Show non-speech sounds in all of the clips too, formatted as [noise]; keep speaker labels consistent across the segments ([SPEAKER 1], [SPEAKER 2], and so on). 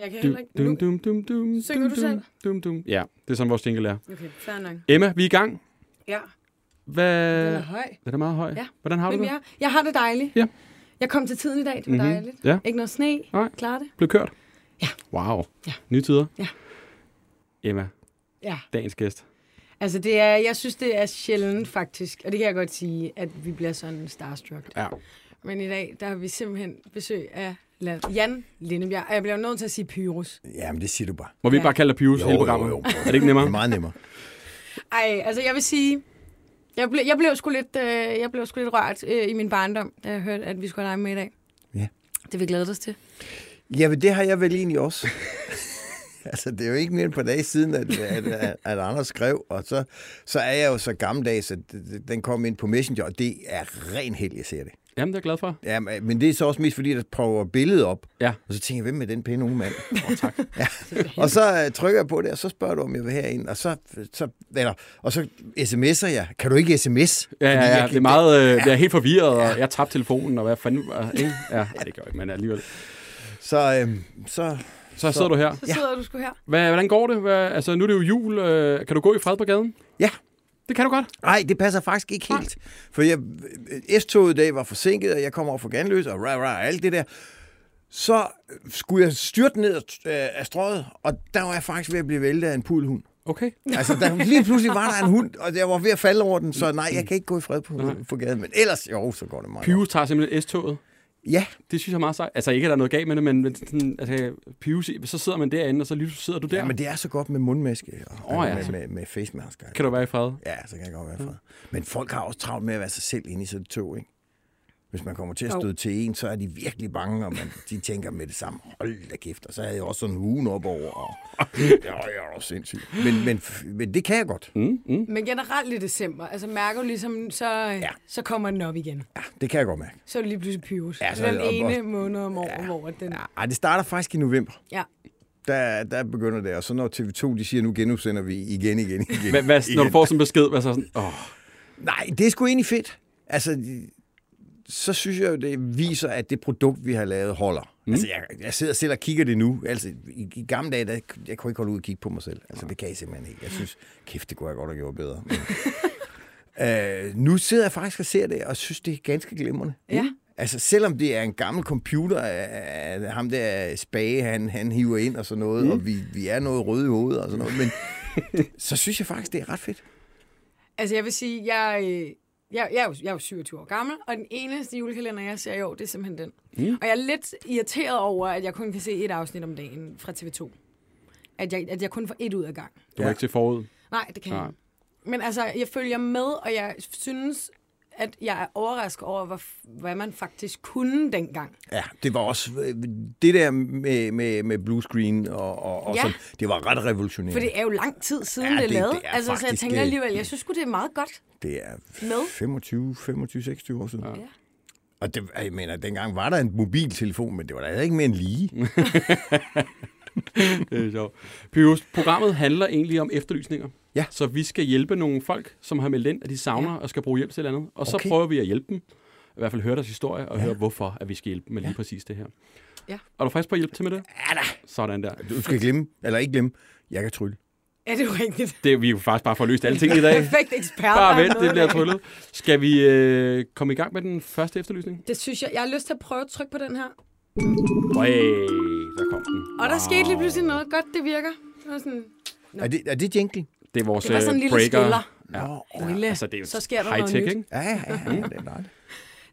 [SPEAKER 1] Jeg kan
[SPEAKER 2] Dum,
[SPEAKER 1] heller ikke...
[SPEAKER 2] dum,
[SPEAKER 1] nu-
[SPEAKER 2] dum, dum, dum,
[SPEAKER 1] Synger
[SPEAKER 2] dum,
[SPEAKER 1] du selv?
[SPEAKER 2] dum, dum, dum. Ja, det er sådan, vores jingle er.
[SPEAKER 1] Okay, fair nok.
[SPEAKER 2] Emma, vi er i gang.
[SPEAKER 1] Ja,
[SPEAKER 2] Hvad...
[SPEAKER 1] den er høj.
[SPEAKER 2] Den er meget høj.
[SPEAKER 1] Ja.
[SPEAKER 2] Hvordan Øh, har du
[SPEAKER 1] Men
[SPEAKER 2] det?
[SPEAKER 1] jeg, jeg har det dejligt.
[SPEAKER 2] Ja.
[SPEAKER 1] Jeg kom til tiden i dag, det var
[SPEAKER 2] Mhm.
[SPEAKER 1] dejligt.
[SPEAKER 2] Ja.
[SPEAKER 1] Ikke noget sne,
[SPEAKER 2] Nej.
[SPEAKER 1] klarer det.
[SPEAKER 2] Blev kørt?
[SPEAKER 1] Ja.
[SPEAKER 2] Wow.
[SPEAKER 1] Ja.
[SPEAKER 2] Nye tider?
[SPEAKER 1] Ja.
[SPEAKER 2] Emma,
[SPEAKER 1] Ja,
[SPEAKER 2] dagens gæst.
[SPEAKER 1] altså det er, jeg synes, det er sjældent faktisk, og det kan jeg godt sige, at vi bliver sådan starstruck.
[SPEAKER 2] Ja.
[SPEAKER 1] Men i dag, der har vi simpelthen besøg af La- Jan Lindebjerg. Og Jeg bliver jo nødt til at sige Pyrus.
[SPEAKER 3] Jamen, det siger du bare.
[SPEAKER 2] Må vi ikke
[SPEAKER 1] Ja.
[SPEAKER 2] bare kalde dig Pius hele programmet?
[SPEAKER 3] jo.
[SPEAKER 2] Er det ikke nemmere?
[SPEAKER 3] Det er meget [laughs] nemmere.
[SPEAKER 1] Ej, altså jeg vil sige, jeg, ble, jeg blev sgu lidt, øh, jeg blev sgu lidt rørt øh, i min barndom, da jeg hørte, at vi skulle have dig med i dag.
[SPEAKER 3] Ja.
[SPEAKER 1] Det vi glæder os til.
[SPEAKER 3] Jamen, det har jeg vel egentlig også. [laughs] altså, det er jo ikke mere end et par dage siden, at, at, at, at Anders skrev, og så, så er jeg jo så gammeldags, at den kom ind på Messenger, og det er ren held, jeg ser det.
[SPEAKER 2] Jamen, det er jeg glad for.
[SPEAKER 3] Ja, men det er så også mest, fordi der prøver billedet op,
[SPEAKER 2] Ja.
[SPEAKER 3] og så tænker jeg, hvem er den pæne unge mand?
[SPEAKER 2] Oh, tak.
[SPEAKER 3] Og så øh, trykker jeg på det, og så spørger du, om jeg vil herind, og så, så, eller, og så sms'er jeg. Kan du ikke sms?
[SPEAKER 2] Ja,
[SPEAKER 3] Fordi
[SPEAKER 2] ja, ja.
[SPEAKER 3] jeg-
[SPEAKER 2] Det er meget, øh, jeg er helt forvirret, og jeg tabte telefonen, og hvad fanden var ikke? Ja, ja, det gør jeg ikke, men alligevel.
[SPEAKER 3] Så, øh, så
[SPEAKER 2] Så sidder du her. [laughs]
[SPEAKER 1] Så sidder du sgu her.
[SPEAKER 2] Hvad, hvordan går det? Hvad, altså, nu er det jo jul. Øh, kan du gå i fred på gaden?
[SPEAKER 3] Ja.
[SPEAKER 2] Det kan du godt.
[SPEAKER 3] Nej, det passer faktisk ikke helt. For jeg, øh, S-toget i dag var forsinket, og jeg kom over for Ganløs, og rah, rah, alt det der. Så skulle jeg styrte ned øh, af strøget, og der var jeg faktisk ved at blive væltet af en pulhund.
[SPEAKER 2] Okay.
[SPEAKER 3] Altså, der, lige pludselig var der en hund, og jeg var ved at falde over den, så nej, jeg kan ikke gå i fred på, på gaden. Men ellers, jo, så går det meget godt.
[SPEAKER 2] Pius tager simpelthen S-toget.
[SPEAKER 3] Ja,
[SPEAKER 2] Det synes jeg er meget sejt. Altså, ikke at der er noget galt med det, men men sådan, altså, Pius, så sidder man derinde, og så lige så sidder du der.
[SPEAKER 3] ja, men det er så godt med mundmaske og
[SPEAKER 2] Åh, ja.
[SPEAKER 3] med, med, med face mask.
[SPEAKER 2] Kan du være i fred?
[SPEAKER 3] Ja, så kan jeg godt
[SPEAKER 1] Mm.
[SPEAKER 3] være i fred. Men folk har også travlt med at være sig selv inde i sådan et tog, ikke? Hvis man kommer til at
[SPEAKER 1] Jo.
[SPEAKER 3] støde til en, så er de virkelig bange, og man, de tænker med det samme, hold da kæft, og så havde jeg også sådan en ugen op over, og [laughs] ja, jeg er også sindssyg. Men, men, men det kan jeg godt.
[SPEAKER 1] Mm. Men generelt i december, altså mærker du ligesom, så, ja.
[SPEAKER 3] Ja.
[SPEAKER 1] så kommer den op igen.
[SPEAKER 3] Ja, det kan jeg godt mærke.
[SPEAKER 1] Så er det lige pludselig pyrus.
[SPEAKER 3] Ja,
[SPEAKER 1] Ja, så
[SPEAKER 3] så er
[SPEAKER 1] den
[SPEAKER 3] det op-
[SPEAKER 1] ene måned om året, ja. hvor den... Ja.
[SPEAKER 3] Ej, det starter faktisk i november.
[SPEAKER 1] ja.
[SPEAKER 3] Der, der begynder det, og så når TV2 de siger, nu genudsender vi igen, igen, igen.
[SPEAKER 2] Hvad, hvad, når du
[SPEAKER 3] igen."
[SPEAKER 2] får sådan en besked, hvad så sådan, åh,
[SPEAKER 3] Nej, det er sgu egentlig fedt. Altså, de- så synes jeg jo, det viser, at det produkt, vi har lavet, holder. Mm. Altså, jeg, jeg sidder selv og kigger det nu. Altså, i, i gamle dage, der, jeg kunne ikke holde ud og kigge på mig selv. Altså, det kan jeg simpelthen ikke. Jeg synes, kæft, det kunne jeg godt have gjort bedre. Men, [laughs] øh, nu sidder jeg faktisk og ser det, og synes, det er ganske glimrende.
[SPEAKER 1] Ja.
[SPEAKER 3] Altså, selvom det er en gammel computer, øh, øh, ham der Spage, han, han hiver ind og sådan noget, mm. og vi, vi er noget røde i hovedet og sådan noget, [laughs] men så synes jeg faktisk, det er ret fedt.
[SPEAKER 1] Altså jeg vil sige, jeg, øh, jeg, jeg, er jo, jeg er jo 27 år gammel, og den eneste julekalender, jeg ser i år, det er simpelthen den. Mm. Og jeg er lidt irriteret over, at jeg kun kan se et afsnit om dagen fra TV2. At jeg, at jeg kun får et ud af gang.
[SPEAKER 2] du er
[SPEAKER 3] Ja.
[SPEAKER 2] ikke til forud.
[SPEAKER 1] Nej, det kan jeg
[SPEAKER 2] Nej.
[SPEAKER 1] ikke. Men altså, jeg følger med, og jeg synes, at jeg er overrasket over, hvor, hvad man faktisk kunne dengang.
[SPEAKER 3] Ja, det var også øh, det der med, med, med blue screen og, og, og
[SPEAKER 1] Ja.
[SPEAKER 3] ja. sådan, det var ret revolutionerende.
[SPEAKER 1] For det er jo lang tid siden,
[SPEAKER 3] Ja,
[SPEAKER 1] det er
[SPEAKER 3] det-
[SPEAKER 1] lavet.
[SPEAKER 3] det er
[SPEAKER 1] altså, så jeg
[SPEAKER 3] faktisk
[SPEAKER 1] tænker
[SPEAKER 3] det.
[SPEAKER 1] alligevel, jeg synes sgu, det er meget godt.
[SPEAKER 3] det er
[SPEAKER 1] Med.
[SPEAKER 3] 25, 25, 26 år siden. Ja.
[SPEAKER 1] Ja.
[SPEAKER 3] Og det, jeg mener, dengang var der en mobiltelefon, men det var da ikke mere end lige.
[SPEAKER 2] Det er sjovt. Pyrus, programmet handler egentlig om efterlysninger.
[SPEAKER 3] Ja.
[SPEAKER 2] Så vi skal hjælpe nogle folk, som har meldt ind, at de savner ja. og skal bruge hjælp til et eller andet. Og så
[SPEAKER 3] Okay.
[SPEAKER 2] prøver vi at hjælpe dem. I hvert fald høre deres historie og ja. høre, hvorfor at vi skal hjælpe dem med lige præcis det her.
[SPEAKER 1] Ja.
[SPEAKER 2] Er du frisk på at hjælpe til med det?
[SPEAKER 3] Ja da.
[SPEAKER 2] Sådan der.
[SPEAKER 3] Du skal glemme, eller ikke glemme, jeg kan trylle.
[SPEAKER 1] Er det jo rigtigt?
[SPEAKER 2] Det er vi er jo faktisk bare for at løse alle ting i dag.
[SPEAKER 3] [laughs]
[SPEAKER 1] Perfekt ekspert. der
[SPEAKER 2] Bare
[SPEAKER 1] er
[SPEAKER 2] vent,
[SPEAKER 1] noget
[SPEAKER 2] det bliver
[SPEAKER 1] der.
[SPEAKER 2] tryllet. Skal vi øh, komme i gang med den første efterlysning?
[SPEAKER 1] Det synes jeg. Jeg har lyst til at prøve at trykke på den her.
[SPEAKER 2] Øj, der kom den.
[SPEAKER 1] Og der skete lige pludselig noget godt, det virker. Det var sådan,
[SPEAKER 3] Er det, er det jingle?
[SPEAKER 2] Det er vores
[SPEAKER 1] Det var sådan en
[SPEAKER 2] øh,
[SPEAKER 1] lille
[SPEAKER 2] breaker.
[SPEAKER 1] spiller.
[SPEAKER 2] Ja.
[SPEAKER 3] Nå,
[SPEAKER 1] lille,
[SPEAKER 2] Altså, det er jo
[SPEAKER 1] så sker der noget
[SPEAKER 2] high-tech,
[SPEAKER 1] nyt.
[SPEAKER 2] ikke?
[SPEAKER 3] Ja, ja, ja, ja, det er dejligt.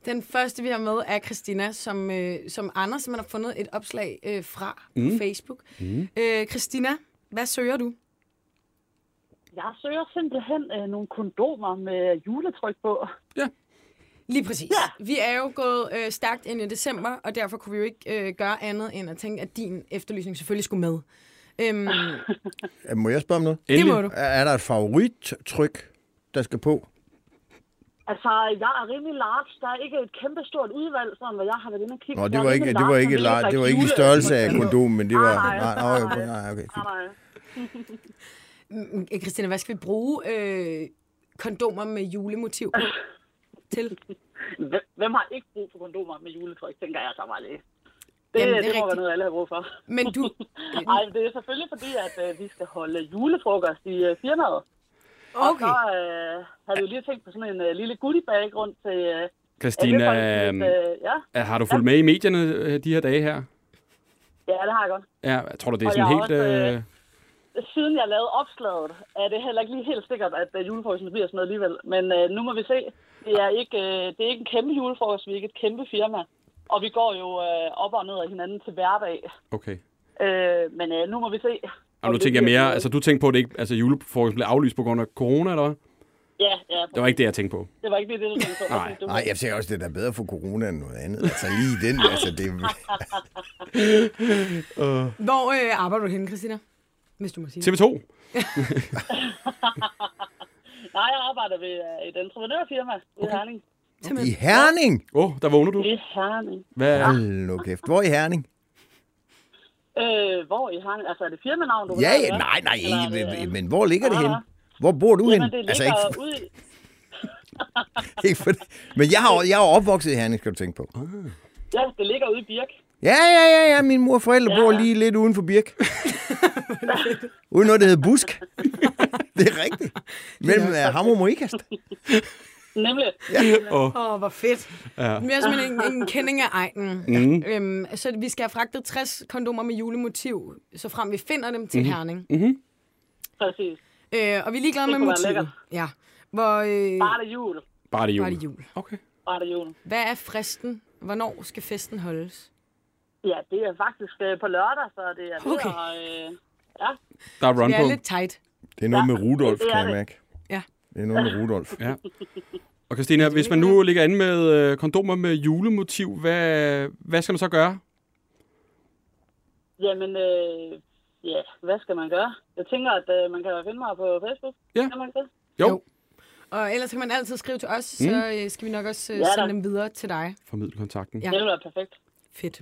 [SPEAKER 1] Den første, vi har med, er Christina, som, øh, som Anders man har fundet et opslag øh, fra mm. på Facebook. Mm. Øh, Christina, hvad søger du?
[SPEAKER 4] Jeg søger simpelthen øh, nogle kondomer med juletryk på.
[SPEAKER 1] Lige præcis. Ja. Vi er jo gået øh, stærkt ind i december, og derfor kunne vi jo ikke øh, gøre andet end at tænke, at din efterlysning selvfølgelig skulle med. Øhm,
[SPEAKER 3] Øh, Må jeg spørge om noget?
[SPEAKER 1] det
[SPEAKER 2] Endelig.
[SPEAKER 1] må du.
[SPEAKER 3] Er er der et favorittryk, der skal på?
[SPEAKER 4] Altså, jeg er rimelig large. Der er ikke et kæmpestort udvalg, sådan hvad jeg har været inde og kigge.
[SPEAKER 3] Nå,
[SPEAKER 4] Jeg
[SPEAKER 3] det
[SPEAKER 4] er
[SPEAKER 3] var ikke,
[SPEAKER 4] rimelig
[SPEAKER 3] det var
[SPEAKER 4] large,
[SPEAKER 3] ikke,
[SPEAKER 4] som
[SPEAKER 3] la-
[SPEAKER 4] ligger
[SPEAKER 3] det var
[SPEAKER 4] i
[SPEAKER 3] ikke i
[SPEAKER 4] jule-
[SPEAKER 3] størrelse af kondom, men det var...
[SPEAKER 4] Nej, nej,
[SPEAKER 3] Nej, nej,
[SPEAKER 4] nej.
[SPEAKER 3] nej, okay.
[SPEAKER 4] Nej, nej.
[SPEAKER 1] Øh, Christina, hvad skal vi bruge øh, kondomer med julemotiv på? til?
[SPEAKER 4] Hvem- Hvem har ikke brug for kondomer med juletryk, tænker jeg så bare lige. Det,
[SPEAKER 1] Jamen, det er
[SPEAKER 4] Jamen, det, det
[SPEAKER 1] rigtigt.
[SPEAKER 4] må
[SPEAKER 1] Mm.
[SPEAKER 4] være noget, alle har brug for.
[SPEAKER 1] Men du...
[SPEAKER 4] Nej, det er selvfølgelig fordi, at øh, vi skal holde julefrokost i øh, firmaet. Og
[SPEAKER 1] Okay.
[SPEAKER 4] så øh, havde vi jo lige tænkt på sådan en øh, lille goodiebag rundt til... Øh,
[SPEAKER 2] Christina,
[SPEAKER 4] alle folketingets,
[SPEAKER 2] øh,
[SPEAKER 4] øh, ja.
[SPEAKER 2] har du fulgt med i medierne øh, de her dage her?
[SPEAKER 4] ja, det har jeg godt.
[SPEAKER 2] Ja, jeg tror du, det er
[SPEAKER 4] Og
[SPEAKER 2] sådan
[SPEAKER 4] jeg
[SPEAKER 2] helt...
[SPEAKER 4] har også,
[SPEAKER 2] Øh,
[SPEAKER 4] øh, Siden jeg lavede opslaget, er det heller ikke lige helt sikkert, at øh, julefrokosten bliver sådan noget alligevel. Men øh, nu må vi se. Det er, ikke, øh, det er ikke en kæmpe julefrokost, vi er ikke et kæmpe firma. Og vi går jo øh, op og ned af hinanden til hverdag.
[SPEAKER 2] okay.
[SPEAKER 4] Øh, men øh, nu må vi se.
[SPEAKER 2] Og nu tænker jeg mere, altså du tænkte på, at det ikke, altså julefrokosten blev aflyst på grund af corona, eller hvad?
[SPEAKER 4] Ja, ja.
[SPEAKER 2] Det var ikke det, jeg tænkte på.
[SPEAKER 4] Det var ikke lige det, du tænkte på.
[SPEAKER 2] Nej,
[SPEAKER 4] Du-
[SPEAKER 3] Nej, jeg ser også, det der er da bedre for corona end noget andet. Altså lige den, altså
[SPEAKER 4] [laughs]
[SPEAKER 3] det...
[SPEAKER 1] Hvor øh, arbejder du henne, Christina? Hvis du må sige det.
[SPEAKER 2] TV2?
[SPEAKER 4] Nej, jeg arbejder ved øh, et entreprenørfirma okay. i Herning.
[SPEAKER 3] I Herning!
[SPEAKER 2] Åh, oh, der vågner du.
[SPEAKER 4] I Herning.
[SPEAKER 2] Hvad?
[SPEAKER 3] Hold nu kæft. Hvor i Herning?
[SPEAKER 4] Øh, hvor i Herning? Altså, er det firmanavn, du vil
[SPEAKER 3] Ja,
[SPEAKER 4] have,
[SPEAKER 3] ja, nej, nej,
[SPEAKER 4] Eller er det,
[SPEAKER 3] ikke,
[SPEAKER 4] øh,
[SPEAKER 3] men hvor ligger det
[SPEAKER 4] Ah.
[SPEAKER 3] henne? Hvor bor du
[SPEAKER 4] Jamen,
[SPEAKER 3] henne?
[SPEAKER 4] det ligger
[SPEAKER 3] Altså
[SPEAKER 4] altså,
[SPEAKER 3] ikke,
[SPEAKER 4] ude i...
[SPEAKER 3] ikke for, men jeg har, jeg er opvokset i Herning, skal du tænke på.
[SPEAKER 4] Ja, det ligger ude i Birk.
[SPEAKER 3] Ja, ja, ja, ja, min mor og forældre bor
[SPEAKER 4] Ja.
[SPEAKER 3] lige lidt uden for
[SPEAKER 4] [laughs]
[SPEAKER 3] Birk. uden noget, der hedder Busk. [laughs] det er rigtigt. Mellem uh, Hammer og Ikast.
[SPEAKER 4] Nemlig.
[SPEAKER 1] Åh, oh, hvor fedt. Ja. Mere som en, en kending af egnen. Mm. Øhm, så vi skal have fragtet 60 kondomer med julemotiv, så frem vi finder dem til mm. Herning. Mm.
[SPEAKER 4] Præcis.
[SPEAKER 1] Øh, og vi er ligeglade med
[SPEAKER 4] kunne være
[SPEAKER 1] motivet.
[SPEAKER 4] lækkert.
[SPEAKER 1] Ja. Hvor øh,
[SPEAKER 4] Bare det jul.
[SPEAKER 2] Bare det er jul.
[SPEAKER 1] var det jul?
[SPEAKER 2] Okay.
[SPEAKER 4] Bare det jul.
[SPEAKER 1] Hvad er fristen? Hvornår skal festen holdes?
[SPEAKER 4] Ja, det er faktisk øh, på lørdag, så det er
[SPEAKER 1] Okay.
[SPEAKER 4] okay. og, øh, ja,
[SPEAKER 2] Der er run
[SPEAKER 1] Det
[SPEAKER 2] på.
[SPEAKER 1] er lidt tight.
[SPEAKER 3] Det er noget med Rudolf,
[SPEAKER 4] det er
[SPEAKER 3] kan jeg
[SPEAKER 4] det.
[SPEAKER 3] mærke.
[SPEAKER 1] Ja.
[SPEAKER 3] Det er noget med Rudolf.
[SPEAKER 2] Ja. Og Christina, hvis man nu ligger inde med øh, kondomer med julemotiv, hvad, hvad skal man så gøre?
[SPEAKER 4] jamen, øh, ja, hvad skal man gøre? Jeg tænker, at øh, man kan finde mig på Facebook.
[SPEAKER 2] Ja.
[SPEAKER 4] Kan man ikke det?
[SPEAKER 2] Jo.
[SPEAKER 1] Jo. Og ellers kan man altid skrive til os, mm. så øh, skal vi nok også øh,
[SPEAKER 4] Ja, da.
[SPEAKER 1] sende dem videre til dig.
[SPEAKER 2] Formidl kontakten.
[SPEAKER 1] Ja.
[SPEAKER 4] Det vil være perfekt.
[SPEAKER 1] Fedt.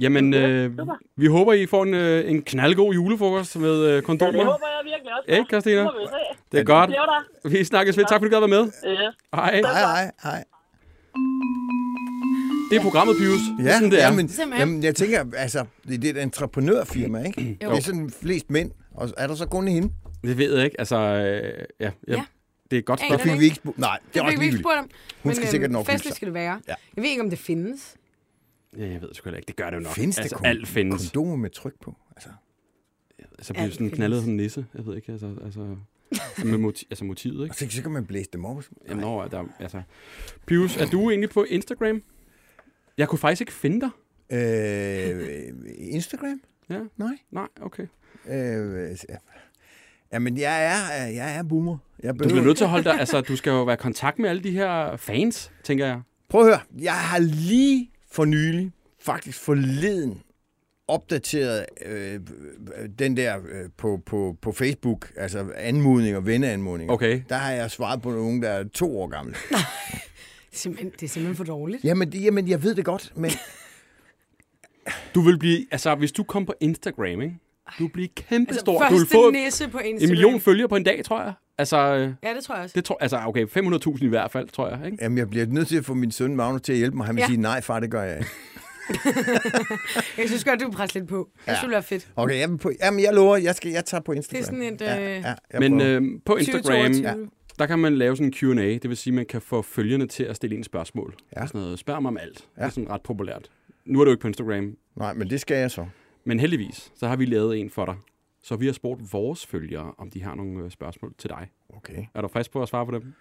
[SPEAKER 2] Jamen, øh, vi håber, I får en, øh, en knaldgod julefrokost med øh,
[SPEAKER 4] Ja, det
[SPEAKER 2] kondomer.
[SPEAKER 4] håber jeg virkelig også.
[SPEAKER 2] Ikke, Christina?
[SPEAKER 4] Nu må vi se.
[SPEAKER 2] Det er godt.
[SPEAKER 4] Det er der.
[SPEAKER 2] Vi snakkes ved. Tak fordi du gad være med.
[SPEAKER 4] Ja.
[SPEAKER 2] Hej.
[SPEAKER 3] Hej, hej, hej.
[SPEAKER 2] Det er programmet, Pius. Det er sådan, det er.
[SPEAKER 3] Jamen,
[SPEAKER 1] Simpelthen.
[SPEAKER 3] jamen, jeg tænker, altså, det det er et entreprenørfirma, ikke?
[SPEAKER 1] Jo.
[SPEAKER 3] Det er sådan flest mænd, og er der så kun hende?
[SPEAKER 2] Det ved jeg ikke. Altså, øh, ja, ja.
[SPEAKER 1] Ja.
[SPEAKER 2] Det er et godt
[SPEAKER 1] Aner
[SPEAKER 3] Det
[SPEAKER 1] ikke.
[SPEAKER 2] spørgsmål.
[SPEAKER 3] fik vi ikke spurgt. Nej, det er
[SPEAKER 1] Det
[SPEAKER 3] også
[SPEAKER 1] fik vi ikke
[SPEAKER 3] ligegyldigt.
[SPEAKER 1] spurgt om. Men,
[SPEAKER 3] skal
[SPEAKER 1] øhm,
[SPEAKER 3] sikkert nok
[SPEAKER 1] festligt
[SPEAKER 3] vise sig.
[SPEAKER 1] skal det være.
[SPEAKER 3] Ja.
[SPEAKER 1] Jeg ved ikke, om det findes.
[SPEAKER 2] Ja, jeg ved sgu heller ikke. Det gør det jo nok.
[SPEAKER 3] Findes
[SPEAKER 2] altså,
[SPEAKER 3] der kon-
[SPEAKER 2] alt findes.
[SPEAKER 3] kondomer med tryk på? Altså,
[SPEAKER 2] Altså, bliver
[SPEAKER 1] Alt
[SPEAKER 2] sådan
[SPEAKER 1] findes.
[SPEAKER 2] knaldet som en nisse. Jeg ved ikke, altså... altså med motiv, altså motivet,
[SPEAKER 3] og
[SPEAKER 2] ikke?
[SPEAKER 3] så, så kan man blæse dem op.
[SPEAKER 2] Jamen, når er der, altså... Pius, er du egentlig på Instagram? Jeg kunne faktisk ikke finde dig.
[SPEAKER 3] Øh, Instagram?
[SPEAKER 2] Ja,
[SPEAKER 3] Nej.
[SPEAKER 2] nej, okay.
[SPEAKER 3] Øh, s- jamen, jeg er, jeg er boomer. Jeg
[SPEAKER 2] Du bliver
[SPEAKER 3] behøver...
[SPEAKER 2] nødt til at holde dig... Altså, du skal jo være i kontakt med alle de her fans, tænker jeg.
[SPEAKER 3] Prøv at høre. Jeg har lige for nylig, faktisk forleden, opdateret øh, den der øh, på, på, på Facebook, altså anmodninger, venneanmodninger.
[SPEAKER 2] Okay.
[SPEAKER 3] Der har jeg svaret på nogen, der er to år gamle.
[SPEAKER 1] Det er simpelthen, det er simpelthen for dårligt.
[SPEAKER 3] jamen, det- jamen, jeg ved det godt,
[SPEAKER 2] [laughs]
[SPEAKER 3] men
[SPEAKER 2] Du vil blive... Altså, hvis du kom på Instagram, ikke? Du vil blive kæmpestor.
[SPEAKER 1] Altså, Første
[SPEAKER 2] du vil få
[SPEAKER 1] næse på Instagram.
[SPEAKER 2] en million følgere på en dag, tror jeg. Altså, øh,
[SPEAKER 1] Ja, det tror jeg også.
[SPEAKER 2] det tror, altså okay, 500.000 i hvert fald, tror jeg. Ikke?
[SPEAKER 3] jamen, jeg bliver nødt til at få min søn Magnus til at hjælpe mig. Han vil
[SPEAKER 1] Ja.
[SPEAKER 3] ja. sige, nej far, det gør jeg ikke.
[SPEAKER 1] Jeg synes godt, du vil presse lidt på. Jeg synes, det ville være fedt.
[SPEAKER 3] Okay, jamen, på, jamen jeg lover, jeg, skal, jeg tager på Instagram.
[SPEAKER 1] sådan et,
[SPEAKER 3] Ja,
[SPEAKER 1] øh,
[SPEAKER 3] ja, jeg
[SPEAKER 2] Men
[SPEAKER 3] prøver.
[SPEAKER 2] øh, på Instagram,
[SPEAKER 1] 2022. Ja.
[SPEAKER 2] der kan man lave sådan en Q&A. Det vil sige, at man kan få følgerne til at stille en spørgsmål. Ja.
[SPEAKER 3] Ja.
[SPEAKER 2] Sådan noget, spørg mig om alt. Ja. Det er
[SPEAKER 3] Ja.
[SPEAKER 2] sådan ret populært. Nu er du ikke på Instagram,
[SPEAKER 3] Nej, men det skal jeg så.
[SPEAKER 2] men heldigvis, så har vi lavet en for dig. Så vi har spurgt vores følgere, om de har nogle øh, spørgsmål til dig.
[SPEAKER 3] Okay.
[SPEAKER 2] Er du frisk på at svare
[SPEAKER 3] [laughs]
[SPEAKER 2] på dem?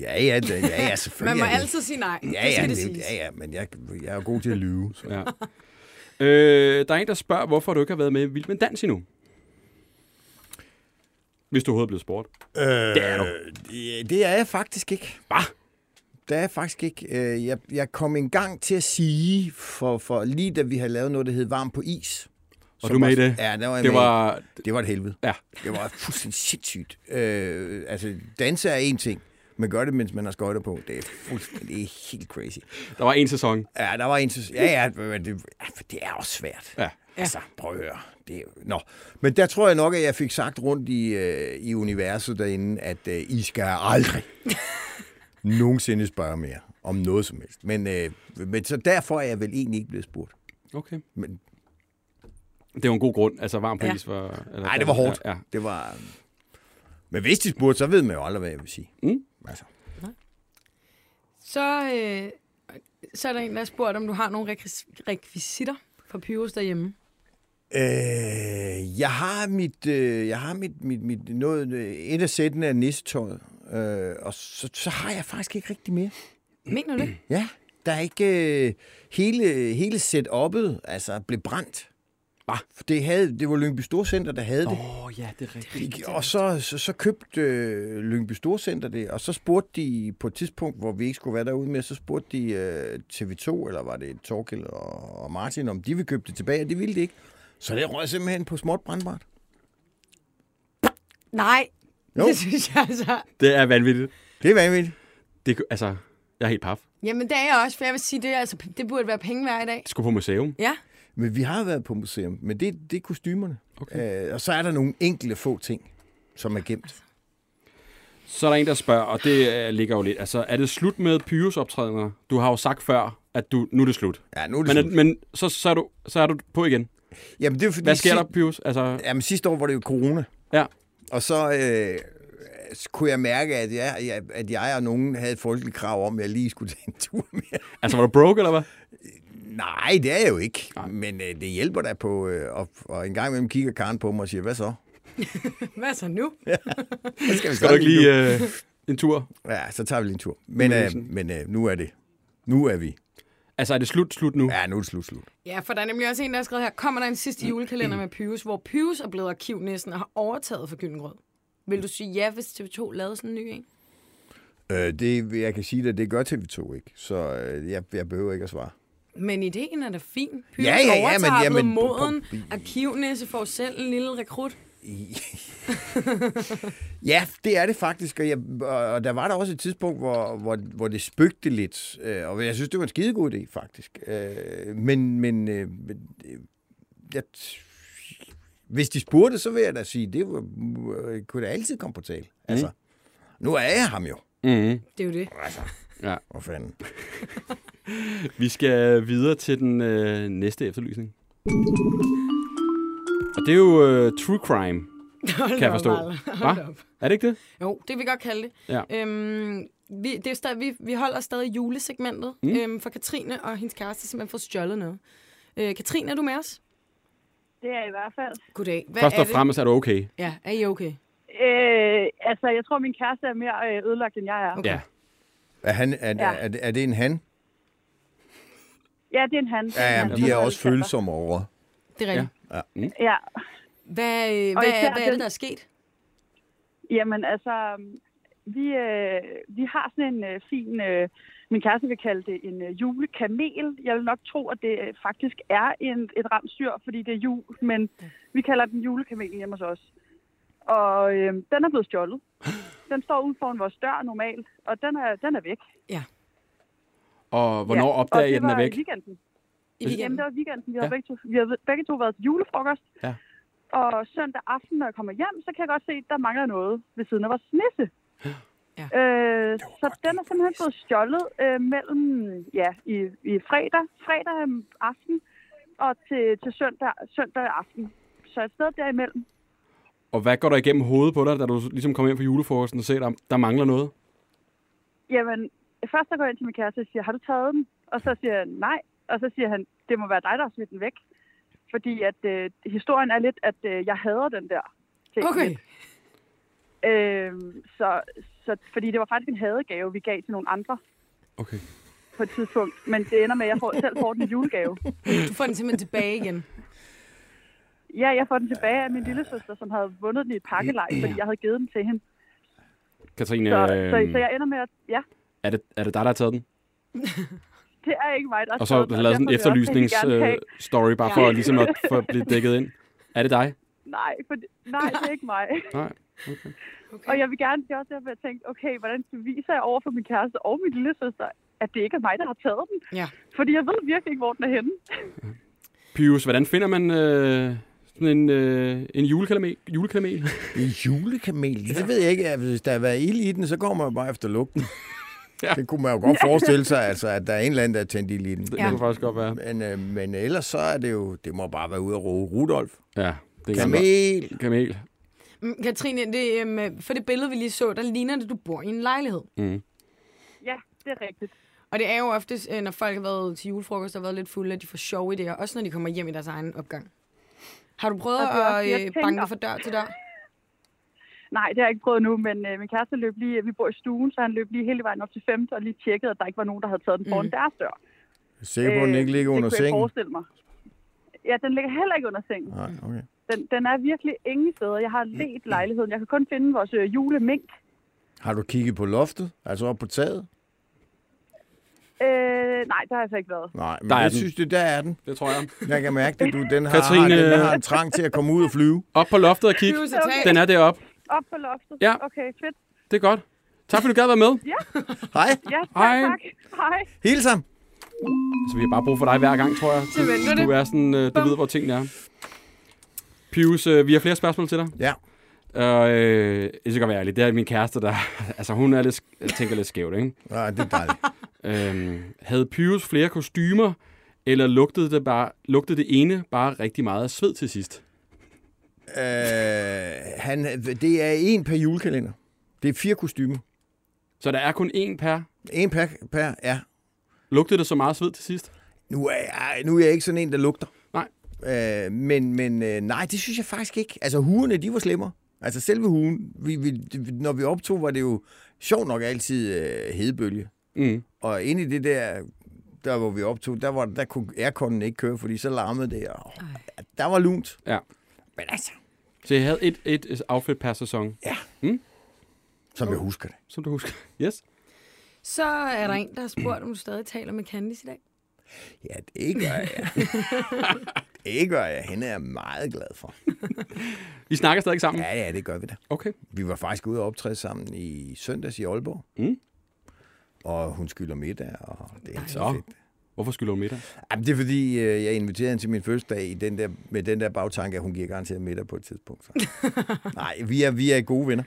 [SPEAKER 3] Ja, ja, da, ja, ja,
[SPEAKER 1] Man
[SPEAKER 3] selvfølgelig.
[SPEAKER 1] må
[SPEAKER 3] er det-
[SPEAKER 1] altid sige nej.
[SPEAKER 3] Ja,
[SPEAKER 1] det
[SPEAKER 3] ja,
[SPEAKER 1] skal det
[SPEAKER 3] det,
[SPEAKER 1] siges.
[SPEAKER 3] ja, ja, men jeg, jeg er jo god til at lyve. Så.
[SPEAKER 2] Ja. øh, der er en, der spørger, hvorfor du ikke har været med i Vild med Dans endnu. Hvis du overhovedet er blevet spurgt.
[SPEAKER 3] Øh,
[SPEAKER 2] Det er du.
[SPEAKER 3] det- Det er jeg faktisk ikke.
[SPEAKER 2] Hva?
[SPEAKER 3] Det er jeg faktisk ikke. Øh, Jeg, jeg kom en gang til at sige, for, for lige da vi havde lavet noget, der hed Varm på is.
[SPEAKER 2] Og
[SPEAKER 3] som
[SPEAKER 2] du er med i
[SPEAKER 3] også-
[SPEAKER 2] det?
[SPEAKER 3] Ja, der var jeg
[SPEAKER 2] Det
[SPEAKER 3] med i.
[SPEAKER 2] var...
[SPEAKER 3] Det var et helvede.
[SPEAKER 2] Ja.
[SPEAKER 3] Det var fuldstændig sindssygt. Øh, altså, danse er én ting. Man gør det, mens man har skøjter på. Det er fuldstændig det er helt crazy.
[SPEAKER 2] Der var en sæson.
[SPEAKER 3] Ja, der var en, som- ja, ja, men det, ja, for det er også svært.
[SPEAKER 2] Ja.
[SPEAKER 3] Altså, prøv at høre. Det er, jo- nå. Men der tror jeg nok, at jeg fik sagt rundt i, øh, i universet derinde, at øh, I skal
[SPEAKER 2] [laughs]
[SPEAKER 3] aldrig nogensinde spørge mere om noget som helst. Men, øh, men så derfor er jeg vel egentlig ikke blevet spurgt.
[SPEAKER 2] Okay.
[SPEAKER 3] Men
[SPEAKER 2] Det var en god grund. Altså, varm pris ja. var... eller-
[SPEAKER 3] nej, det var hårdt.
[SPEAKER 2] Ja, ja.
[SPEAKER 3] Det var... øh, Men hvis de spurgte, så ved man jo aldrig, hvad jeg vil sige.
[SPEAKER 2] Mm.
[SPEAKER 3] Altså.
[SPEAKER 1] Så, øh, så er der en, der har spurgt, om du har nogle rekvis- rekvisitter for Pyrus derhjemme.
[SPEAKER 3] Øh, jeg har mit, øh, jeg har mit, mit, mit noget, øh, et af sættene af nissetøjet, øh, og så, så har jeg faktisk ikke rigtig mere.
[SPEAKER 1] Mener du det?
[SPEAKER 3] Ja, der er ikke øh, hele, hele setup'et, altså blev brændt. Hva? For det, havde, det var Lyngby Storcenter, der havde det.
[SPEAKER 2] Åh, oh, ja, det er rigtigt.
[SPEAKER 3] Ikke? Og så, så, så købte øh, Lyngby Storcenter det, og så spurgte de på et tidspunkt, hvor vi ikke skulle være derude med, så spurgte de øh, TV2, eller var det Torkild og, og Martin, om de ville købe det tilbage, og det ville de ikke. Så det røg simpelthen på småt brandbart.
[SPEAKER 1] [clears throat] Nej.
[SPEAKER 3] Jo.
[SPEAKER 1] Det synes jeg altså.
[SPEAKER 2] Det er vanvittigt.
[SPEAKER 3] Det er vanvittigt.
[SPEAKER 2] Det, kø- altså, jeg er helt paf.
[SPEAKER 1] Jamen, det er jeg også, for jeg vil sige, det, er altså, det burde være penge hver i dag.
[SPEAKER 2] Det skulle på museum.
[SPEAKER 1] Ja.
[SPEAKER 3] Men vi har været på museum, men det, det er kostymerne. Okay. Øh, og så er der nogle enkelte få ting, som er gemt.
[SPEAKER 2] Så er der en, der spørger, og det øh, ligger jo lidt. Altså, er det slut med Pyrus-optrædener? Du har jo sagt før, at du, nu er det slut.
[SPEAKER 3] Ja, nu er det
[SPEAKER 2] Men,
[SPEAKER 3] slut.
[SPEAKER 2] er, men så, så, er du, så er du på igen.
[SPEAKER 3] Jamen, det er fordi,
[SPEAKER 2] Hvad sker
[SPEAKER 3] si-
[SPEAKER 2] der, Pyrus? Altså,
[SPEAKER 3] Jamen, sidste år var det jo corona.
[SPEAKER 2] ja.
[SPEAKER 3] Og så øh, så kunne jeg mærke, at jeg, jeg- at jeg og nogen havde et folkeligt krav om, at jeg lige skulle [laughs] tage en tur mere.
[SPEAKER 2] Altså, var du broke, eller hvad?
[SPEAKER 3] Nej, det er jeg jo ikke. Nej. Men øh, det hjælper da på, øh, og, og en gang imellem kigger Karen på mig og siger, hvad så?
[SPEAKER 1] Hvad så nu?
[SPEAKER 3] Hvad skal vi
[SPEAKER 2] Skal du ikke lige øh, en tur?
[SPEAKER 3] Ja, så tager vi lige en tur. Men, øh, men øh, nu er det. Nu er vi.
[SPEAKER 2] Altså, er det slut, slut nu?
[SPEAKER 3] Ja, nu er det slut, slut.
[SPEAKER 1] Ja, for der er nemlig også en, der har skrevet her, kommer der en [clears throat] sidste julekalender med Pyrus, hvor Pyrus er blevet arkivnæsten og har overtaget for Gyldengrød? Vil du sige ja, hvis TV2 lavede sådan en ny en?
[SPEAKER 3] Øh, det, jeg kan sige dig, det gør TV2 ikke. Så øh, jeg, jeg behøver ikke at svare.
[SPEAKER 1] Men ideen er da fin. Pyrus
[SPEAKER 3] Ja, ja, ja,
[SPEAKER 1] overtager,
[SPEAKER 3] men- ja,
[SPEAKER 1] er blevet
[SPEAKER 3] men-
[SPEAKER 1] moden, arkivnæse får selv en lille rekrut.
[SPEAKER 3] [laughs] Ja, det er det faktisk, og, jeg, og der var der også et tidspunkt, hvor, hvor, hvor det spøgte lidt, øh, og jeg synes, det var en skidegod idé, faktisk. Øh, men men, øh, men øh, jeg, hvis de spurgte, så vil jeg da sige, det var, øh, kunne da altid komme på tale. Altså, nu er jeg ham jo.
[SPEAKER 2] Mm-hmm.
[SPEAKER 1] Det er jo det.
[SPEAKER 2] Ja.
[SPEAKER 3] Hvor fanden?
[SPEAKER 2] Vi skal videre til den øh, næste efterlysning. Og det er jo øh, true crime, kan jeg forstå. Hva? Er det ikke det?
[SPEAKER 1] Jo, det vil vi godt kalde det.
[SPEAKER 2] Ja.
[SPEAKER 1] Øhm, vi, det er stadig, vi, vi holder stadig julesegmentet mm. øhm, for Katrine og hendes kæreste, simpelthen får stjålet noget. Øh, Katrine, er du med os?
[SPEAKER 5] Det er i hvert fald.
[SPEAKER 1] Goddag. Hvad
[SPEAKER 2] Først
[SPEAKER 1] er
[SPEAKER 2] og
[SPEAKER 1] det?
[SPEAKER 2] fremmest er du okay.
[SPEAKER 1] Ja, er I okay?
[SPEAKER 5] Øh, altså, jeg tror, min kæreste er mere øh, ødelagt, end jeg er.
[SPEAKER 1] Okay.
[SPEAKER 2] Ja.
[SPEAKER 3] Er, han, er, ja.
[SPEAKER 5] Ja.
[SPEAKER 3] er, er, er det en han?
[SPEAKER 5] Ja, det er en han. Altså, Det en
[SPEAKER 3] Ja,
[SPEAKER 5] han,
[SPEAKER 3] jamen,
[SPEAKER 5] som
[SPEAKER 3] de er
[SPEAKER 5] hedder
[SPEAKER 3] også
[SPEAKER 5] Alexander.
[SPEAKER 3] følsomme over.
[SPEAKER 1] Det er rigtigt.
[SPEAKER 5] Ja,
[SPEAKER 1] Hvad, øh,
[SPEAKER 5] Og
[SPEAKER 1] hvad,
[SPEAKER 5] især
[SPEAKER 1] hvad er det,
[SPEAKER 5] den-
[SPEAKER 1] der er sket?
[SPEAKER 5] jamen altså, vi, øh, vi har sådan en øh, fin, øh, min kæreste vil kalde det en øh, julekamel. Jeg vil nok tro, at det øh, faktisk er en, et ramstyr, fordi det er jul, men vi kalder den julekamel hjemme hos os. Og øh, den er blevet
[SPEAKER 2] [gasps]
[SPEAKER 5] stjålet. Den står ude foran vores dør normalt, og den er, den er væk.
[SPEAKER 2] Og hvornår
[SPEAKER 5] ja.
[SPEAKER 2] opdager
[SPEAKER 5] Og
[SPEAKER 2] I,
[SPEAKER 5] det
[SPEAKER 2] at den er
[SPEAKER 5] var i
[SPEAKER 2] væk?
[SPEAKER 5] Weekenden.
[SPEAKER 1] I
[SPEAKER 5] Jamen,
[SPEAKER 1] weekenden?
[SPEAKER 5] det var weekenden. Vi havde,
[SPEAKER 2] Ja.
[SPEAKER 5] ja. begge, to, vi havde begge to været til julefrokost.
[SPEAKER 2] Ja.
[SPEAKER 5] Og søndag aften, når jeg kommer hjem, så kan jeg godt se, at der mangler noget ved siden af vores nisse.
[SPEAKER 1] Ja.
[SPEAKER 5] Øh, så den er simpelthen blevet stjålet øh, mellem ja, i, i fredag, fredag aften og til, til søndag, søndag aften. Så et sted derimellem.
[SPEAKER 2] Og hvad går der igennem hovedet på dig, da du ligesom kommer hjem fra julefrokosten og ser, der, der mangler noget?
[SPEAKER 5] Jamen, først så går jeg ind til min kæreste og siger, har du taget den? Og så siger jeg, nej. Og så siger han, det må være dig, der har smidt den væk. Fordi at øh, historien er lidt, at øh, jeg hader den der. ting
[SPEAKER 1] Okay.
[SPEAKER 5] lidt. Øhm, så, så, fordi det var faktisk en hadegave, vi gav til nogle andre
[SPEAKER 2] Okay.
[SPEAKER 5] på et tidspunkt. Men det ender med, at jeg får, selv får den i julegave.
[SPEAKER 1] Du får den simpelthen tilbage igen.
[SPEAKER 5] Ja, jeg får den tilbage af min lille søster, som havde vundet den i et pakkelej, fordi jeg havde givet den til hende.
[SPEAKER 2] Katrine,
[SPEAKER 5] Så,
[SPEAKER 2] øhm,
[SPEAKER 5] så, så jeg ender med, at ja,
[SPEAKER 2] er, det, er det dig, der har taget den?
[SPEAKER 5] det er ikke mig, der har
[SPEAKER 2] Og så har
[SPEAKER 5] taget
[SPEAKER 2] du
[SPEAKER 5] den,
[SPEAKER 2] lavet sådan en
[SPEAKER 5] derfor vil jeg også rigtig gerne have-
[SPEAKER 2] efterlysningsstory, bare for
[SPEAKER 1] Ja.
[SPEAKER 2] ligesom at
[SPEAKER 5] [laughs]
[SPEAKER 2] for at blive dækket ind. Er det dig?
[SPEAKER 5] Nej, for, nej, det er ikke mig.
[SPEAKER 2] Nej.
[SPEAKER 1] Okay.
[SPEAKER 5] Og jeg vil gerne, det er også derfor, jeg tænkte, okay, hvordan beviser jeg over for min kæreste og min lille søster, at det ikke er mig, der har taget den?
[SPEAKER 1] Ja.
[SPEAKER 5] Fordi jeg ved virkelig ikke, hvor den er henne.
[SPEAKER 2] Pius, hvordan finder man øh, sådan en, øh, en julekalame- julekalame? [laughs]
[SPEAKER 3] En julekamel? Det ved jeg ikke. Hvis der har været ild i den, så går man jo bare efter lugten. Det kunne man jo godt forestille sig, altså, at der er en eller anden, der er tændt i liden.
[SPEAKER 2] Det, ja.
[SPEAKER 1] Ja.
[SPEAKER 2] det kunne faktisk godt være.
[SPEAKER 3] Men, øh, men ellers så er det jo, det må bare være ude at roe. Rudolf,
[SPEAKER 2] Ja, det kan godt.
[SPEAKER 3] Kamel,
[SPEAKER 2] Kamel.
[SPEAKER 1] Mm, Katrine, det, øhm, for det billede, vi lige så, der ligner det, du bor i en lejlighed.
[SPEAKER 5] Ja, det er rigtigt.
[SPEAKER 1] Og det er jo ofte, øh, når folk har været til julefrokost og været lidt fulde, at de får sjove idéer, også når de kommer hjem i deres egen opgang. Har du prøvet
[SPEAKER 5] Og det er også det, jeg
[SPEAKER 1] at øh, banke
[SPEAKER 5] tænker.
[SPEAKER 1] fra dør til dør?
[SPEAKER 5] Nej, det har jeg ikke prøvet nu, men øh, min kæreste løb lige, vi bor i stuen, så han løb lige hele vejen op til 5. og lige tjekkede, at der ikke var nogen, der havde taget den foran mm. deres dør.
[SPEAKER 3] Jeg er sikker på, at den ikke ligger
[SPEAKER 5] Øh, det
[SPEAKER 3] under
[SPEAKER 5] kunne jeg
[SPEAKER 3] sengen.
[SPEAKER 5] forestille mig. Ja, den ligger heller ikke under sengen.
[SPEAKER 3] Nej, Mm. okay.
[SPEAKER 5] Den, den er virkelig ingen steder. Jeg har let lejligheden. Jeg kan kun finde vores øh, julemink.
[SPEAKER 3] Har du kigget på loftet? Altså op på taget?
[SPEAKER 5] Øh, nej, der har jeg så ikke været.
[SPEAKER 3] Nej, men
[SPEAKER 2] Der
[SPEAKER 3] der
[SPEAKER 2] er
[SPEAKER 3] jeg
[SPEAKER 2] den.
[SPEAKER 3] synes, det der er den.
[SPEAKER 2] Det tror jeg.
[SPEAKER 3] Jeg kan mærke det, du. Den har,
[SPEAKER 2] Katrine-
[SPEAKER 3] har, den har en trang til at komme ud og flyve.
[SPEAKER 2] Op på loftet og kig.
[SPEAKER 1] Huset tag.
[SPEAKER 2] Den er deroppe.
[SPEAKER 5] Op på loftet.
[SPEAKER 2] Ja.
[SPEAKER 5] Okay, fedt.
[SPEAKER 2] Det er godt. Tak fordi du gad være med.
[SPEAKER 3] Hej,
[SPEAKER 5] Ja,
[SPEAKER 2] Hej.
[SPEAKER 5] tak, tak. Hej.
[SPEAKER 3] hils ham.
[SPEAKER 2] Altså, vi har bare brug for dig hver gang, tror jeg. Du,
[SPEAKER 1] venter det.
[SPEAKER 2] du er sådan, øh, du ved, hvor tingene er. Pius, øh, vi har flere spørgsmål til dig.
[SPEAKER 3] Ja,
[SPEAKER 2] Og øh, jeg skal godt være ærlig, det er min kæreste, der... [laughs] Altså, hun er lidt, tænker lidt skævt, ikke?
[SPEAKER 3] Nej, det er dejligt.
[SPEAKER 2] Øhm, havde Pyrus flere kostymer, eller lugtede det, bare, lugtede det ene bare rigtig meget af sved til sidst?
[SPEAKER 3] øh, han, det er en per julekalender. Det er fire kostymer.
[SPEAKER 2] Så der er kun én per.
[SPEAKER 3] En per, per ja.
[SPEAKER 2] Lugtede det så meget sved til sidst?
[SPEAKER 3] Nu er, jeg, nu er jeg ikke sådan en, der lugter.
[SPEAKER 2] Nej.
[SPEAKER 3] Øh, men men øh, nej, det synes jeg faktisk ikke. Altså, huerne, de var slemmere. Altså, selve huen, vi, vi, når vi optog, var det jo sjovt nok altid øh, hedebølge.
[SPEAKER 2] Mm.
[SPEAKER 3] Og inde i det der, der hvor vi optog, der, var, der kunne airconen ikke køre, fordi så larmede det. Og, der var lunt.
[SPEAKER 2] Ja.
[SPEAKER 3] Men altså,
[SPEAKER 2] Så jeg havde et, et outfit per sæson,
[SPEAKER 3] som jeg husker det.
[SPEAKER 2] som du husker. [laughs] Yes.
[SPEAKER 1] Så er der en, der har spurgt, om du stadig taler med Candice i dag.
[SPEAKER 3] Ja, det gør jeg. det gør jeg. Hende er jeg meget glad for.
[SPEAKER 2] Vi snakker stadig sammen.
[SPEAKER 3] Ja, ja, det gør vi da.
[SPEAKER 2] Okay.
[SPEAKER 3] Vi var faktisk ude og optræde sammen i søndags i Aalborg.
[SPEAKER 2] Mm.
[SPEAKER 3] Og hun skylder middag, og det er så
[SPEAKER 2] Så.
[SPEAKER 3] fedt.
[SPEAKER 2] Hvorfor skylder du middag?
[SPEAKER 3] Jamen, det er fordi, øh, jeg inviterede hende til min fødselsdag i den der, med den der bagtanke, at hun giver garanteret middag på et tidspunkt. Så. Nej, vi er, vi er gode venner.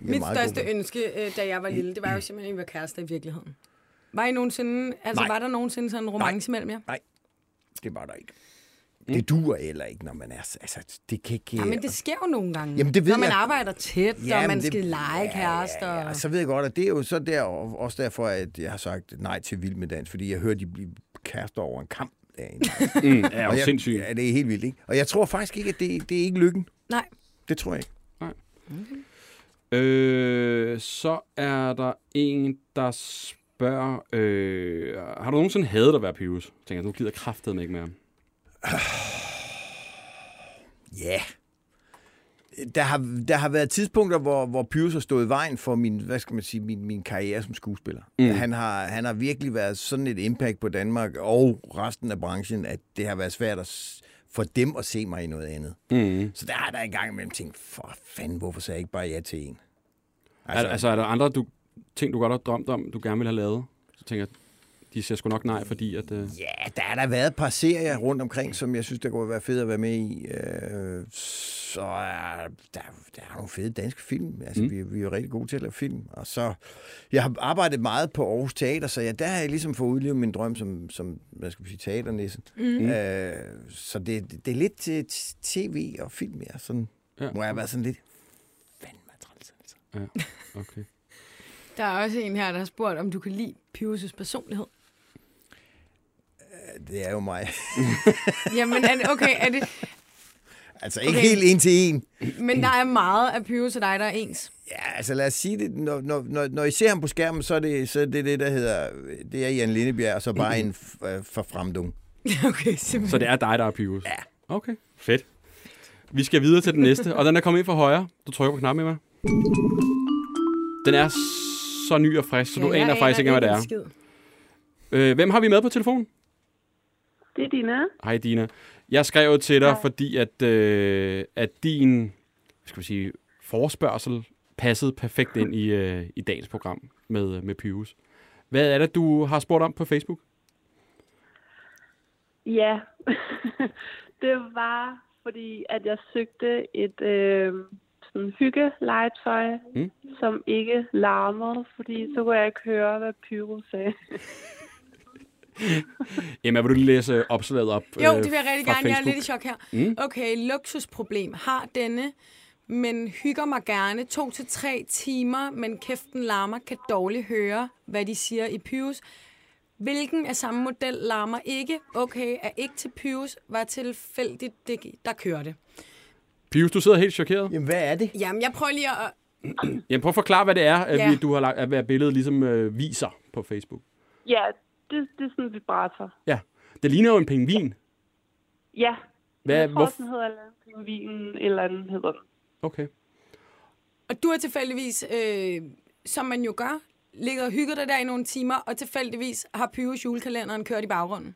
[SPEAKER 3] Vi er
[SPEAKER 1] Mit
[SPEAKER 3] meget Mm.
[SPEAKER 1] største
[SPEAKER 3] gode venner.
[SPEAKER 1] ønske, øh, da jeg var lille, det var jo simpelthen, at vi var kærester i virkeligheden. Var I nogensinde, altså
[SPEAKER 3] Nej.
[SPEAKER 1] var der nogensinde sådan en romance mellem jer?
[SPEAKER 3] Det var der ikke. Det duer heller ikke, når man er... Altså, det kan ikke...
[SPEAKER 1] Ja, men det sker jo nogle gange.
[SPEAKER 3] Jamen, det ved
[SPEAKER 1] Når man
[SPEAKER 3] jeg.
[SPEAKER 1] arbejder tæt,
[SPEAKER 3] Ja,
[SPEAKER 1] ja, og
[SPEAKER 3] men
[SPEAKER 1] man
[SPEAKER 3] det-
[SPEAKER 1] skal lege kærester.
[SPEAKER 3] Ja, altså- ja, så ved jeg godt, at det er jo så der, og også derfor, at jeg har sagt nej til Vild med Dans, fordi jeg hørte, de blev kærester over en kamp derinde.
[SPEAKER 2] Mm, ja, jo
[SPEAKER 3] Og jeg-
[SPEAKER 2] sindssygt.
[SPEAKER 3] Ja, det er helt vildt, ikke? Og jeg tror faktisk ikke, at det, det er ikke lykken.
[SPEAKER 1] Nej,
[SPEAKER 3] Det tror jeg ikke.
[SPEAKER 2] Øh, så er der en, der spørger... Øh, har du nogensinde hadet at være Pyrus? Tænker jeg, nu gider kraftet ikke mere.
[SPEAKER 3] Ja. Der har, der har været tidspunkter, hvor, hvor Pyrus har stået i vejen for min, hvad skal man sige, min, min karriere som skuespiller. Mm. Han, har, han har virkelig været sådan et impact på Danmark og resten af branchen, at det har været svært at, s- for dem at se mig i noget andet.
[SPEAKER 2] Mm.
[SPEAKER 3] Så der har der engang imellem tænkt, for fanden, hvorfor sagde jeg ikke bare ja til en?
[SPEAKER 2] Altså, altså, er der andre du, ting, du godt har drømt om, du gerne vil have lavet? Så tænker jeg, de siger sgu nok nej, fordi at... Øh,
[SPEAKER 3] Ja, der har der været et par serier rundt omkring, som jeg synes, der kunne være fedt at være med i. Øh, så er der, der er nogle fede danske film. Altså, mm. vi, vi er jo rigtig gode til at lave film. Og så, jeg har arbejdet meget på Aarhus Teater, så ja, der har jeg ligesom fået udlevet min drøm som, som hvad skal man sige, teaternissen. Mm. Øh, så det, det, det er lidt til t- tv og film, ja. Sådan,
[SPEAKER 2] Ja.
[SPEAKER 3] ja. Må jeg være sådan lidt... Fanden, hvad træls, altså.
[SPEAKER 2] okay.
[SPEAKER 1] der er også en her, der har spurgt, om du kan lide Pyrus' personlighed.
[SPEAKER 3] Det er jo mig. [laughs]
[SPEAKER 1] Jamen, er det, okay, er det,
[SPEAKER 3] altså, ikke
[SPEAKER 1] Okay.
[SPEAKER 3] helt en til en.
[SPEAKER 1] men der er meget af Pyrus og dig, der er ens. [laughs]
[SPEAKER 3] Ja, altså lad os sige det. Når, når, når, når I ser ham på skærmen, så er det så er det, det, der hedder... Det er Jan Lindebjerg, og så bare en f- øh, forfremdung.
[SPEAKER 1] Okay, simpelthen.
[SPEAKER 2] Så det er dig, der er Pyrus? Ja. Okay, fedt. Vi skal videre til den næste, og den er kommet ind fra højre. Du trykker på knappen, Emma. Den er så ny og frisk, så ja, du
[SPEAKER 1] jeg
[SPEAKER 2] aner faktisk ikke, hvad det
[SPEAKER 1] en
[SPEAKER 2] er.
[SPEAKER 1] skid.
[SPEAKER 2] Øh, hvem har vi med på telefon?
[SPEAKER 6] Det er Dina.
[SPEAKER 2] Hej, Dina. Jeg skrev jo til dig, fordi at, øh, at din hvad skal vi sige, forspørgsel passede perfekt ind i, øh, i dagens program med, øh, med Pyrus. Hvad er det, du har spurgt om på Facebook?
[SPEAKER 6] Ja, [laughs] det var fordi, at jeg søgte et øh, sådan hyggelegetøj,
[SPEAKER 2] Mm.
[SPEAKER 6] mm. som ikke larmede, fordi så kunne jeg ikke høre, hvad Pyro sagde.
[SPEAKER 2] Emma, vil du lige læse øh, opslaget op
[SPEAKER 1] Jo,
[SPEAKER 2] øh,
[SPEAKER 1] det vil jeg rigtig
[SPEAKER 2] fra
[SPEAKER 1] gerne. Jeg er lidt i
[SPEAKER 2] Facebook?
[SPEAKER 1] chok her. Mm. Okay, luksusproblem. Har denne, men hygger mig gerne. To til tre timer, men kæften larmer. Kan dårligt høre, hvad de siger i Pyrus. Hvilken af samme model larmer ikke? Okay, er ikke til Pyrus. Var tilfældigt, det, der kørte.
[SPEAKER 2] Pius, du sidder helt chokeret.
[SPEAKER 3] Jamen, hvad er det?
[SPEAKER 1] Jamen, jeg prøver lige at...
[SPEAKER 2] Jamen, prøv at forklare, hvad det er, at
[SPEAKER 1] Ja.
[SPEAKER 2] vi, du har lagt, at hvad billedet ligesom øh, viser på Facebook.
[SPEAKER 6] Ja, det, det er sådan en vibrator.
[SPEAKER 2] Ja, det ligner jo en pingvin.
[SPEAKER 6] Ja,
[SPEAKER 2] Hvad,
[SPEAKER 6] jeg tror,
[SPEAKER 2] hvorf-
[SPEAKER 6] den hedder et eller andet pingvinen, eller anden hedder den.
[SPEAKER 2] Okay.
[SPEAKER 1] Og du har tilfældigvis, øh, som man jo gør, ligger og hygger dig der i nogle timer, og tilfældigvis har Pyrus julekalenderen kørt i baggrunden.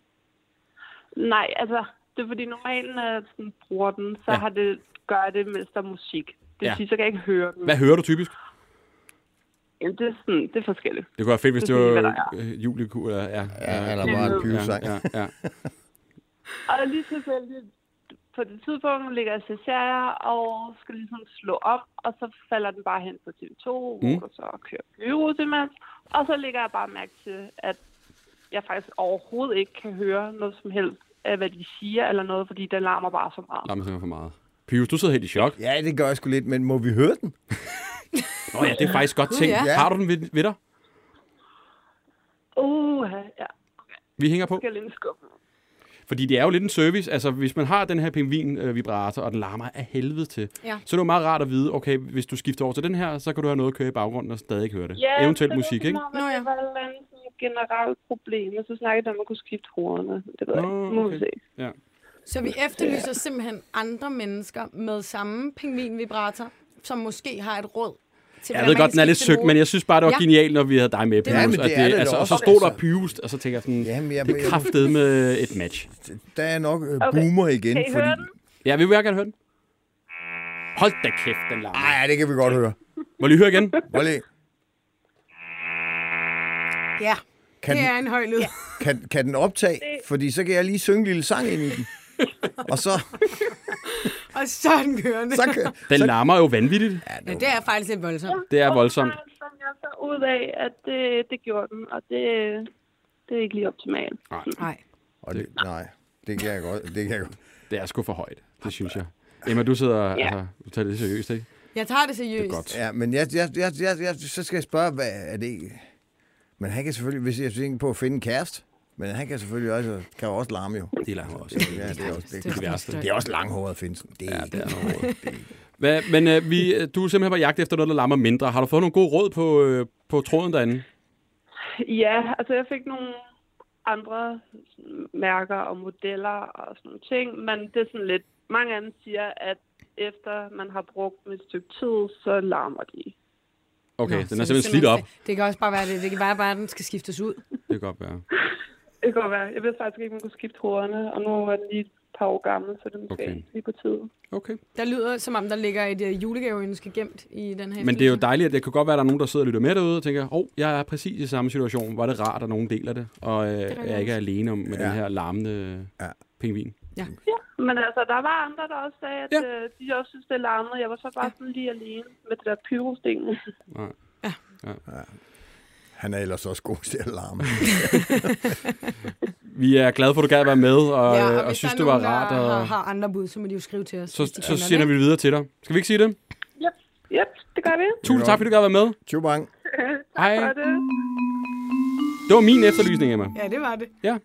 [SPEAKER 6] Nej, altså, det er fordi normalt, når jeg sådan bruger den, så
[SPEAKER 2] Ja.
[SPEAKER 6] ja. har det, gør jeg det, mens der er musik. Det vil
[SPEAKER 2] Ja.
[SPEAKER 6] ja. sige, så kan jeg ikke høre den.
[SPEAKER 2] Hvad hører du typisk?
[SPEAKER 6] Jamen, det er sådan, det er forskelligt.
[SPEAKER 2] Det kunne være fedt, hvis det
[SPEAKER 6] Det er lige,
[SPEAKER 2] var
[SPEAKER 6] hvad der
[SPEAKER 2] øh, juleku, eller ja.
[SPEAKER 3] Ja, eller bare en pyrusang.
[SPEAKER 2] Ja, ja, ja.
[SPEAKER 6] Og lige tilfældigt, på det tidspunkt ligger jeg til serier og skal ligesom slå op, og så falder den bare hen på TV2,
[SPEAKER 2] Mm.
[SPEAKER 6] mm. og så kører pyro til mand. Og så lægger jeg bare mærke til, at jeg faktisk overhovedet ikke kan høre noget som helst af, hvad de siger eller noget, fordi den larmer bare så meget.
[SPEAKER 2] Lad mig simpelthen for meget. Pius, du sidder helt i chok.
[SPEAKER 3] Ja, det gør jeg sgu lidt, men må vi høre den?
[SPEAKER 2] Nå ja, det er faktisk godt tænkt.
[SPEAKER 1] ja.
[SPEAKER 2] Har du den ved, ved dig?
[SPEAKER 6] Uh, ja,
[SPEAKER 2] Vi hænger på.
[SPEAKER 6] skal lige skubbe.
[SPEAKER 2] Fordi det er jo lidt en service. Altså, hvis man har den her pingvin-vibrator, og den larmer af helvede til,
[SPEAKER 1] Ja.
[SPEAKER 2] så er det jo meget rart at vide, okay, hvis du skifter over til den her, så kan du have noget at køre i baggrunden og stadig høre det. Eventuelt musik, ikke?
[SPEAKER 6] Nå,
[SPEAKER 1] Nå,
[SPEAKER 6] ja.
[SPEAKER 1] ja.
[SPEAKER 6] Det var et eller andet sådan generelt problem, og så snakkede de om, at man kunne skifte hovederne. Det ved jeg
[SPEAKER 2] Nå,
[SPEAKER 6] ikke. Nu må vi
[SPEAKER 2] okay.
[SPEAKER 6] se.
[SPEAKER 2] Ja.
[SPEAKER 1] Så vi efterlyser simpelthen andre mennesker med samme pingvinvibrator, som måske har et råd til,
[SPEAKER 2] Jeg ved godt, den er lidt søgt, men jeg synes bare, det var
[SPEAKER 1] Ja.
[SPEAKER 2] genialt, når vi havde dig med, Pius.
[SPEAKER 3] men det
[SPEAKER 2] at
[SPEAKER 3] er det da
[SPEAKER 2] altså, og
[SPEAKER 3] også,
[SPEAKER 2] så stod der
[SPEAKER 3] altså.
[SPEAKER 2] Pius, og så tænker jeg sådan,
[SPEAKER 3] Jamen, jeg-
[SPEAKER 2] det er
[SPEAKER 3] jeg-
[SPEAKER 2] kraftet med et match.
[SPEAKER 3] Der er nok øh, boomer igen.
[SPEAKER 6] Kan I høre den?
[SPEAKER 2] Ja, vi vil jeg gerne høre den. Hold da kæft, den larmer.
[SPEAKER 3] Ej, det kan vi godt høre.
[SPEAKER 2] Må jeg lige høre igen?
[SPEAKER 3] Prøv lige.
[SPEAKER 1] Ja,
[SPEAKER 3] Kan,
[SPEAKER 1] det
[SPEAKER 3] den,
[SPEAKER 1] er en høj lyd.
[SPEAKER 3] kan, kan den optage? Fordi så kan jeg lige synge en lille sang ind i
[SPEAKER 6] [laughs]
[SPEAKER 3] den. Og så,
[SPEAKER 1] [laughs] Og så er den kørende.
[SPEAKER 3] så kan,
[SPEAKER 2] Den larmer jo vanvittigt.
[SPEAKER 1] Ja, det er faktisk lidt voldsomt.
[SPEAKER 2] Det er voldsomt.
[SPEAKER 6] Og så fandt jeg så ud af, at det, det gjorde den, og det, det er ikke lige optimalt.
[SPEAKER 1] Nej.
[SPEAKER 3] og det, nej, det kan jeg godt. Det kan jeg godt.
[SPEAKER 2] Det er sgu for højt, det synes jeg. Emma, du sidder, altså, du tager det lidt seriøst, ikke?
[SPEAKER 1] Jeg tager det
[SPEAKER 2] Det
[SPEAKER 1] seriøst.
[SPEAKER 2] er godt.
[SPEAKER 3] Ja, men jeg, jeg, jeg, jeg, jeg, så skal jeg spørge, hvad er det? Men han kan selvfølgelig, hvis jeg tænker på at finde en kæreste, men han kan selvfølgelig også, kan jo også larme jo.
[SPEAKER 2] Det larmer også.
[SPEAKER 3] Ja, det er også, det,
[SPEAKER 1] Det er
[SPEAKER 2] det værste.
[SPEAKER 3] det er også langhåret at finde sådan. Det er, ja, det er
[SPEAKER 2] Hvad, men øh, vi, øh, du er simpelthen på jagt efter noget, der larmer mindre. Har du fået nogle gode råd på, øh, på tråden derinde?
[SPEAKER 6] Ja, altså jeg fik nogle andre sådan mærker og modeller og sådan nogle ting, men det er sådan lidt, mange af dem siger, at efter man har brugt dem et stykke tid, så larmer de.
[SPEAKER 2] Okay,
[SPEAKER 1] Nå,
[SPEAKER 2] Nå,
[SPEAKER 1] så
[SPEAKER 2] den er
[SPEAKER 1] det
[SPEAKER 2] simpelthen slidt op.
[SPEAKER 1] Det kan også bare være, det, det kan bare, bare, at den skal skiftes ud.
[SPEAKER 2] Det kan godt være.
[SPEAKER 6] Det kan godt være. Jeg ved faktisk ikke, man kunne skifte hovederne, og nu er den lige et par år gammel, så det er måske
[SPEAKER 2] Okay.
[SPEAKER 6] okay. lige på tide.
[SPEAKER 2] Okay.
[SPEAKER 1] Der lyder, som om der ligger et uh, julegaveønske gemt i den her
[SPEAKER 2] Men det er jo
[SPEAKER 1] efterlysning.
[SPEAKER 2] dejligt, at det kan godt være, at der er nogen, der sidder og lytter med derude og tænker, åh, oh, jeg er præcis i samme situation. Hvor er det rart, at nogen deler det, og øh,
[SPEAKER 1] rigtigt.
[SPEAKER 2] jeg ikke er alene om med ja. den her larmende ja.
[SPEAKER 3] Ja.
[SPEAKER 2] pingvin.
[SPEAKER 6] Men altså, der var andre, der også sagde, at
[SPEAKER 2] Ja.
[SPEAKER 6] ja. øh, de også synes, det larmede. Jeg var så bare sådan lige alene med det der pyrosten.
[SPEAKER 2] Nej.
[SPEAKER 3] Han er ellers også god til at larme.
[SPEAKER 2] Vi er glade for, at du gad være med, og,
[SPEAKER 1] Ja,
[SPEAKER 2] ja, øh, og,
[SPEAKER 1] hvis
[SPEAKER 2] synes,
[SPEAKER 1] der er
[SPEAKER 2] det var
[SPEAKER 1] nogen,
[SPEAKER 2] rart.
[SPEAKER 1] Der har,
[SPEAKER 2] Og,
[SPEAKER 1] har andre bud, så må de jo skrive til os.
[SPEAKER 2] så
[SPEAKER 1] hvis de
[SPEAKER 2] så
[SPEAKER 1] kender
[SPEAKER 2] sender
[SPEAKER 1] den,
[SPEAKER 2] vi det videre til dig. Skal vi ikke sige det?
[SPEAKER 6] Yep, yep, det gør vi.
[SPEAKER 2] Tusind tak, fordi du gad være med.
[SPEAKER 3] Tjubang.
[SPEAKER 2] Hej.
[SPEAKER 6] Gør det.
[SPEAKER 2] Det var min efterlysning, Emma.
[SPEAKER 1] ikke? Ja, det var det.
[SPEAKER 2] Ja.